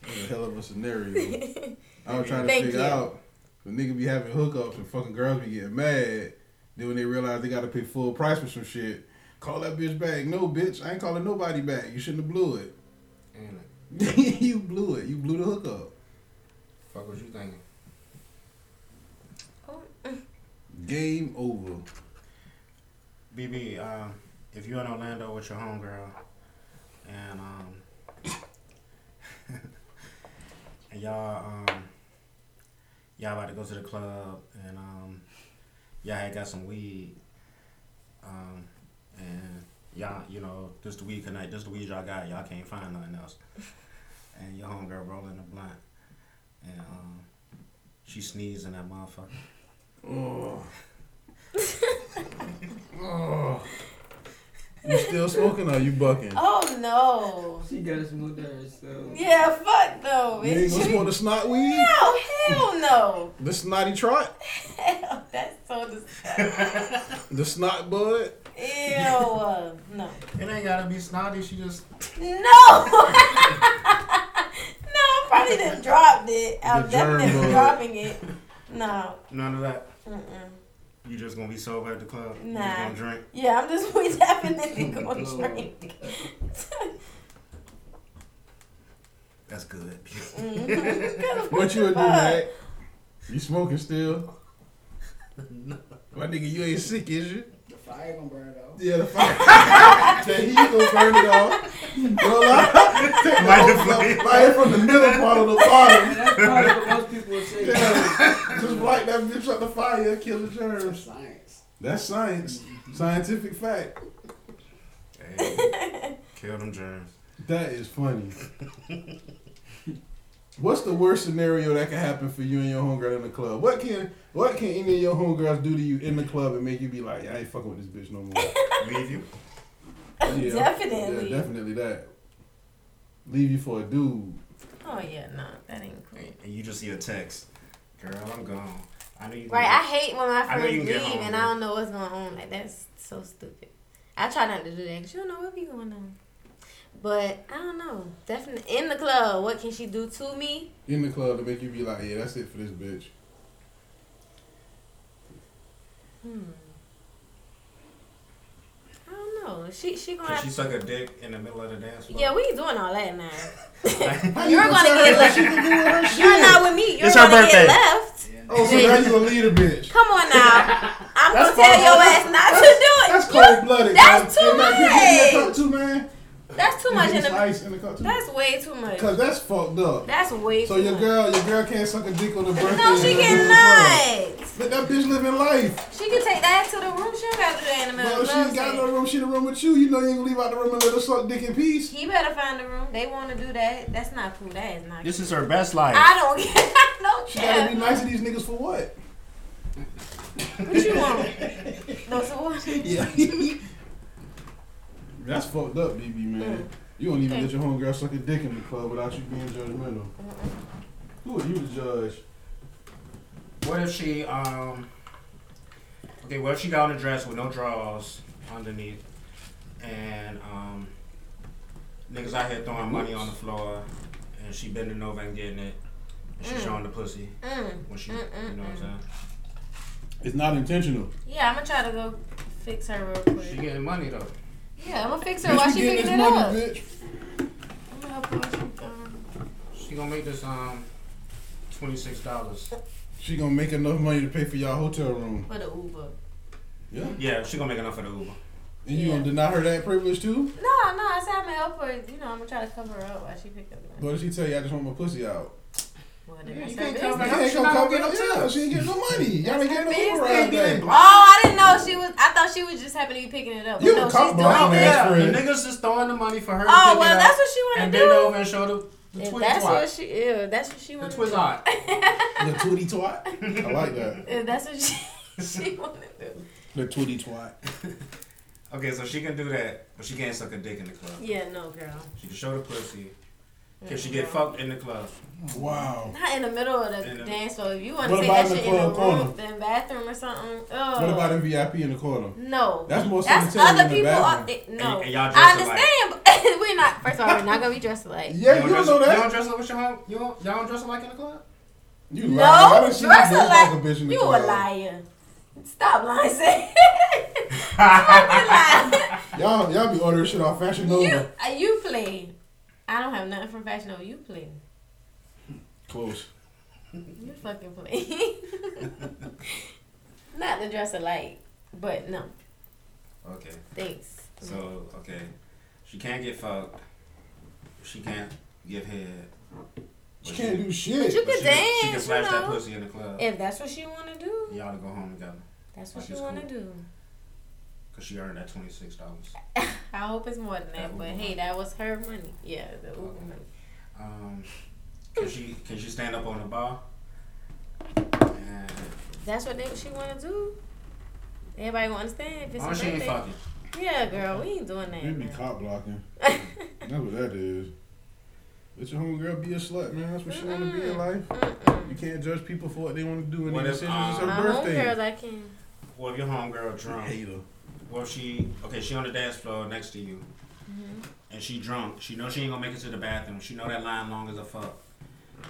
F: That's a hell of a scenario. I was trying to
D: Thank
F: figure
D: you.
F: out the nigga be having hookups and fucking girls be getting mad. Then when they realize they gotta pay full price for some shit, call that bitch back. No, bitch, I ain't calling nobody back. You shouldn't have blew it.
E: and
F: you blew it. You blew the hookup.
E: fuck what you thinking?
F: Game over.
E: BB, uh, if you're in Orlando with your homegirl, and um, and y'all um, y'all about to go to the club, and um, y'all had got some weed, um, and y'all, you know, just the weed tonight, just the weed y'all got, y'all can't find nothing else, and your homegirl rolling the blunt, and um, she sneezing that motherfucker.
F: Oh. oh. You still smoking or you bucking?
D: Oh no.
K: She got us smoke that herself.
D: Yeah, fuck no,
F: You ain't gonna
D: bitch.
F: smoke the snot weed?
D: No, hell no.
F: The snotty trot?
D: Hell, that's so disgusting.
F: The snot bud?
D: Ew. uh, No.
E: It ain't gotta be snotty. She just
D: No. no, I probably didn't dropped it. I'm
F: The germ
D: definitely
F: bug.
D: dropping it. No.
E: none of that.
D: Mm-mm.
E: You just gonna be sober at the club. You
D: Nah.
E: just gonna drink.
D: Yeah, I'm just we definitely going drink.
E: That's good.
F: What you would do, Mac? You smoking still?
E: No.
F: My nigga, you ain't sick, is you?
H: The fire gonna burn though.
F: Yeah, the fire. Tell you, you gonna burn it off. Don't lie. Take the
E: Light the
F: whole-
E: flame.
F: light it from the middle part of the bottom.
K: That's probably what most people would say.
F: Yeah. Just light that bitch up the fire, kill the germs.
H: Science.
F: That's science. Scientific fact.
E: Hey, kill them germs.
F: That is funny. What's the worst scenario that can happen for you and your homegirl in the club? What can what can any of your homegirls do to you in the club and make you be like, "Yeah, I ain't fucking with this bitch no more?
E: Leave you.
F: Yeah,
D: Definitely.
F: Yeah, definitely that. Leave you for a dude.
D: Oh yeah, no, that ain't cool.
E: And you just see a text. Girl, I'm gone. I know you.
D: Right, I hate when my
E: I know you
D: friends
E: can get
D: leave
E: home,
D: and I don't know what's going on. Like that's so stupid. I try not to do that 'cause you don't know what be going on. But I don't know. Definitely in the club, what can she do to me?
F: in the club to make you be like, yeah, that's it for this bitch.
D: I don't know. She she gonna
E: Cause
D: have
E: she suck a dick in the middle of the dance floor.
D: Yeah, we doing all that now.
E: Like,
D: You're gonna get left. You're not with me. You're
E: It's her
D: gonna
E: birthday.
D: get left.
F: Oh, so now you gonna lead a bitch?
D: Come on now. I'm gonna
F: That's
D: tell
F: cold.
D: your ass not to do it.
F: That's
D: You-
F: cold blooded.
D: that's too
F: Get me a
D: much.
F: cup too, man.
D: That's too much in
F: Get me some
D: the.
F: ice in the cup too.
D: That's way too much.
F: Cause that's fucked up.
D: That's way
F: So
D: too
F: your
D: much.
F: girl, your girl can't suck a dick on the birthday.
D: No, she
F: and that's
D: cannot.
F: it. Let that bitch live in life.
D: She can take that to the room. She don't gotta do that in the middle
F: Bro,
D: of
F: she
D: the
F: ain't got no
D: club.
F: room. She in the room with you. You know you ain't gonna leave out the room and let her suck dick in peace.
D: He better find a room. They want to do that. That's not cool. That is not.
E: This is her best life.
D: I don't care. I don't
F: She gotta be
D: care.
F: nice to these niggas for what?
D: What you want? No, so what?
F: Yeah. That's fucked up, BB,
D: Mm.
F: man. You don't even let your homegirl suck a dick in the club without you being judgmental. Who are you to judge?
E: What if she um okay, what if she got on a dress with no drawers underneath and um niggas out here throwing money on the floor and she bending over and getting it and she showing the pussy
D: Mm.
E: when she you know what I'm saying?
F: It's not intentional.
D: Yeah, I'm gonna try to go fix her real quick.
E: She getting money though.
D: Yeah, I'm gonna fix her while she
F: you
D: picking it
F: money,
D: up.
F: bitch.
D: I'm gonna help her while she, um,
E: She gonna make this um twenty six dollars.
F: She gonna make enough money to pay for y'all hotel room.
D: for the Uber.
F: Yeah. And
E: Yeah, she gonna make enough for the Uber.
F: you gonna deny her that privilege too?
D: No, no, I said I'm gonna help her. You know, I'm gonna try to cover her up while she pick up.
F: What if she tell you I just want my pussy out?
D: Well, then that's
E: you
D: her
E: can't
D: business.
E: cover
F: She
E: She
F: ain't
E: not
F: gonna
E: gonna
F: come get
E: get no
F: no
E: check.
F: She ain't getting no money. Y'all ain't getting no Uber
D: business.
F: ride back.
D: Oh, I didn't know she was. I thought she was just happy to be picking it up.
F: You
D: no,
F: a
D: she's
F: cop,
D: doing
F: bro. I'm
D: it.
F: an ass
E: Yeah, the
F: friend.
E: niggas is throwing the money for her. to
D: Oh
E: pick
D: well,
E: it
D: that's
E: up
D: what she want
E: and
D: to
E: bend
D: do.
E: over and show the, the
D: If
E: twig
D: that's what
E: twat.
D: she, ew, that's what she
E: The
D: want to
E: twig
D: do.
E: hot.
F: The tootie twat. I like that.
D: If that's what she, she want to do.
F: The tootie twat.
E: Okay, so she can do that, but she can't suck a dick in the club.
D: Yeah, no, girl.
E: She can show the pussy. Can she get fucked in the club?
F: Wow.
D: Not in the middle of the
E: In the-
D: dance floor. If you want to
F: What
D: take
F: about
D: that
F: in
D: shit
F: the
D: in the
F: club corner?
D: room, then bathroom or something. Ugh.
F: What about in VIP in the corner?
D: No.
F: That's more
D: That's
F: sanitary
D: other
F: in the
D: people
F: bathroom.
D: up there. No.
E: And y- and y'all
D: I
E: dress alike.
D: understand, but we're not, first of all, we're not going to be dressed alike.
F: Yeah, you,
E: don't
F: don't
E: dress,
F: know
E: You
F: that.
E: don't dress like with your home. You don't, y'all don't dress like in the club.
F: You
D: No,
F: lying. I done
D: dress
F: seen you dress like a
D: alike.
F: bitch in the
D: you
F: club.
D: a liar. Stop lying, say. Stop lying.
F: Y'all, y'all be ordering shit off Fashion Nova.
D: You, uh, you play. I don't have nothing from Fashion Nova. You play.
F: Close.
D: You fucking play. Not the dress alike, but no,
E: Okay,
D: thanks.
E: so okay, she can't get fucked. She can't give head.
F: She can't do
D: But
F: shit.
D: you
E: But
D: can
E: she,
D: dance,
E: She can smash
D: you
E: that
D: know.
E: pussy in the club.
D: If that's what you want to do,
E: Y'all to go home together,
D: that's what
E: Like,
D: you
E: it's
D: want to
E: cool.
D: do.
E: cause she earned that twenty six dollars.
D: I hope it's more than
E: That
D: that, but
E: Uber
D: hey, that was her money. Yeah, the Uber
E: Oh, Okay.
D: money.
E: Um, can she can she stand up on the bar? And
D: That's what they, she want to do. Everybody gonna understand if it's
E: why Oh, she
D: a
E: ain't
D: birthday.
E: fucking?
D: Yeah, girl, we ain't doing that.
F: They be
D: man.
F: cop blocking. That's what that is. Let your homegirl be a slut, man. That's what she want to be in life. You can't judge people for what they want to do and
E: What
F: their
E: if,
F: decisions. It's
E: um,
F: her
D: My homegirls,
F: birthday.
D: I can.
E: Well, if your homegirl drunk,
F: Hater.
E: Well, she okay. She on the dance floor next to you, and she drunk. She know she ain't gonna make it to the bathroom. She know that line long as a fuck.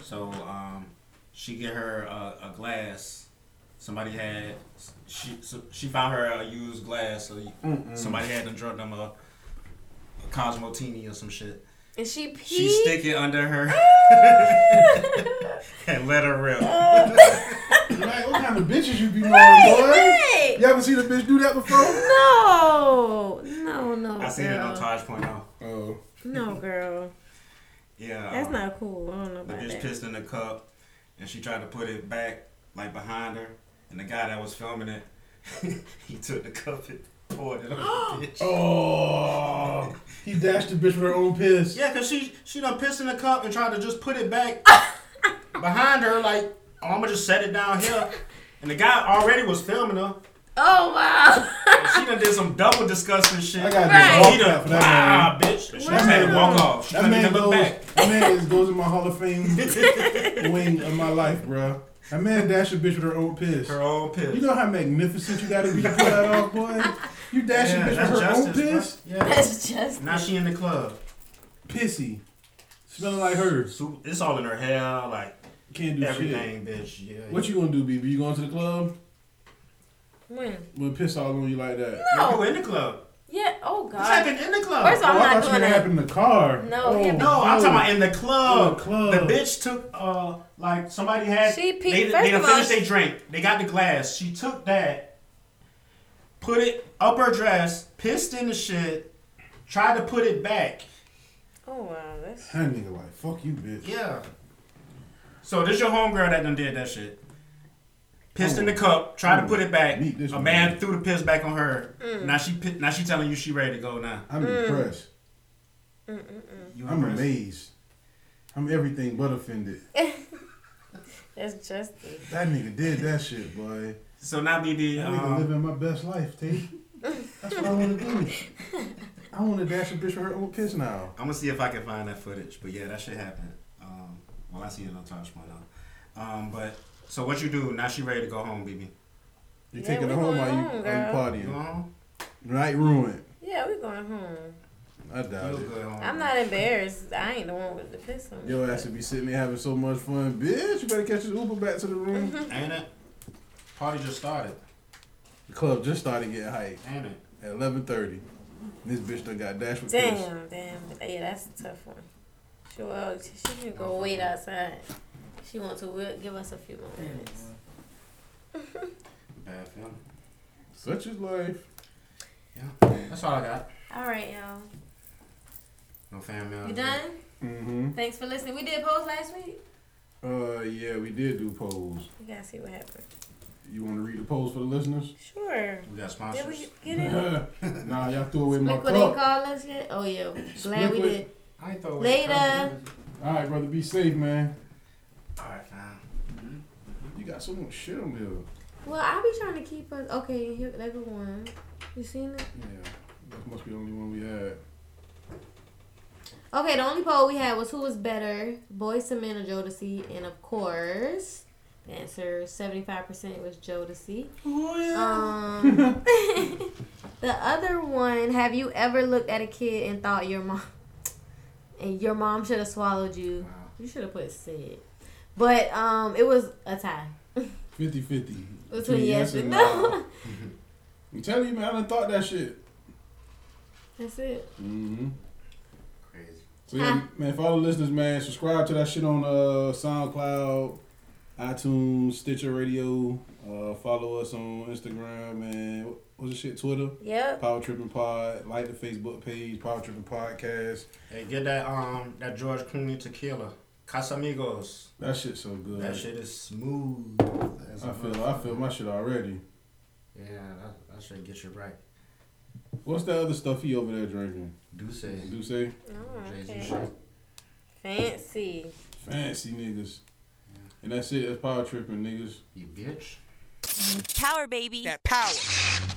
E: So um, she get her a, a glass. Somebody had she so she found her a used glass. So you- somebody had them drunk them a, a Cosmotini or some shit.
D: And she peed.
E: She stick it under her and let her rip.
F: Man, what kind of bitches you be knowing, boy?
D: Hey,
F: You haven't seen a bitch do that before?
D: No, no, no.
E: I seen it
D: girl.
E: on Taj Point oh.
F: Oh,
D: No, girl,
E: Yeah.
D: that's
E: um,
D: not cool. I don't know
E: The
D: about
E: bitch
D: that.
E: pissed in the cup, and she tried to put it back like behind her, and the guy that was filming it, he took the cup and poured it on the bitch.
F: oh! He dashed the bitch with her own piss.
E: Yeah, cause she she done pissed in the cup and tried to just put it back behind her, like, oh, I'm gonna just set it down here. And the guy already was filming her.
D: Oh wow.
E: And she done did some double disgusting shit.
F: I gotta do
D: Right.
F: a
E: And he
F: walk
E: done,
F: out for that
E: wow, bitch. She
D: Wow.
E: done had to walk off. She
F: man. That
E: done
F: man
E: had to
F: goes.
E: look back.
F: That man is- goes in my Hall of Fame wing of my life, bro. That man dash a bitch with her old piss.
E: Her own
F: You
E: piss.
F: know how magnificent you gotta be to pull that off, boy. You dash
E: Yeah,
F: a bitch
E: that's
F: with her own
E: justice, bro.
F: piss,
E: Yeah.
D: That's just.
E: Now she in the club.
F: pissy, smelling like hers.
E: So it's all in her hair, like
F: Can't do shit.
E: everything, bitch. Yeah.
F: What you gonna do, BB? You going to the club?
D: When?
F: When piss all on you like that?
E: No, in the club.
D: Yeah. Oh
E: This
D: god.
E: happened in the club.
D: First of all,
F: Oh, I
D: I'm not
F: thought you
D: doing
F: meant it
D: that.
F: happened in the car.
D: No, it
F: Oh,
D: happened-
E: No, I'm talking about in the club.
F: The club.
E: The bitch took uh like somebody had
D: She peed-
E: they,
D: first
E: they done
D: of all,
E: finished
D: she-
E: their drink. They got the glass. She took that, put it up her dress, pissed in the shit, tried to put it back.
D: Oh wow. That's.
F: That nigga like, fuck you, bitch.
E: Yeah. So this your homegirl that done did that shit. Pissed in the cup, tried to put it back.
F: Meet this
E: A man
F: woman.
E: threw the piss back on her.
D: Mm.
E: Now she pi- now she telling you she ready to go now.
F: I'm impressed.
E: You
F: I'm
E: impressed?
F: amazed. I'm everything but offended.
D: That's just. it.
F: That nigga did that shit, boy.
E: So now BB,
F: That nigga
E: um,
F: living my best life, T. That's what I want to do. I want to dash a bitch with her old piss now.
E: I'm gonna see if I can find that footage. But yeah, that shit happened. Um, well, I see it on Tosh Point. Um, but so what you do? Now she ready to go home, BB.
F: You
D: Yeah,
F: taking
D: we
F: her home
D: going
F: while you,
D: home,
F: while you
E: You
F: partying.
E: going home?
F: Night ruined.
D: Yeah, we going home.
F: I doubt
E: You
F: it.
E: good home.
D: I'm not embarrassed. I ain't the one with the piss on. me.
F: Your ass would be sitting there having so much fun. Bitch, you better catch this Uber back to the
D: Mm-hmm.
F: room.
E: Ain't it? Party just started.
F: the club just started getting hyped
E: Ain't it?
F: at 11.30. This bitch done got dashed with piss.
D: Damn, damn. Yeah, that's a tough one. She will, she can go wait outside. She wants to we'll give us a few more minutes.
E: Bad feeling.
F: Such is life.
E: That's all I got.
D: All right, y'all.
E: No fan mail.
D: You done?
F: Mm-hmm.
D: Thanks for listening. We did polls last week.
F: Uh, yeah, we did do polls.
D: We gotta see what happened.
F: You want to read the polls for the listeners?
D: Sure.
E: We got sponsors.
D: Did we get it?
F: nah, y'all threw away my
D: Look what they call
F: cup.
D: us yet? Oh yeah. Glad we
F: Liquid.
D: did.
E: I ain't throw away the
D: Later.
F: All right, brother, be safe, man.
E: cup. All right, fine.
F: You got so much shit on here.
D: Well, I be trying to keep us okay. Here, that good one. You seen it?
F: Yeah, that must be the only one we had.
D: Okay, the only poll we had was who was better, Boyz II Men or Jodeci, and of course, the answer seventy five percent was Jodeci. Um, the other one, have you ever looked at a kid and thought your mom and your mom should have swallowed you?
E: Wow.
D: You should have put said, but um, it was a tie
F: 50 50.
D: between yes and no.
F: I'm telling you, man, I done thought that shit.
D: That's it.
F: Mm-hmm.
E: Crazy.
F: So,
D: Huh.
F: yeah, man, for all the listeners, man, subscribe to that shit on uh, SoundCloud, iTunes, Stitcher Radio. Uh, follow us on Instagram and what's the shit, Twitter?
D: Yep.
F: Power Tripping Pod. Like the Facebook page, Power Tripping Podcast.
E: Hey, get that um that George Clooney tequila, Casamigos.
F: That shit's so good.
E: That shit is smooth. as a
F: I feel I feel my shit already.
E: Yeah, that, that should get you right.
F: What's that other stuff he over there drinking?
E: Do say.
F: Do say
D: Oh,
E: Jay-Z
D: okay.
E: shit.
D: Fancy.
F: fancy niggas. And that's it. That's power tripping niggas.
E: You bitch.
C: Power baby.
L: That power.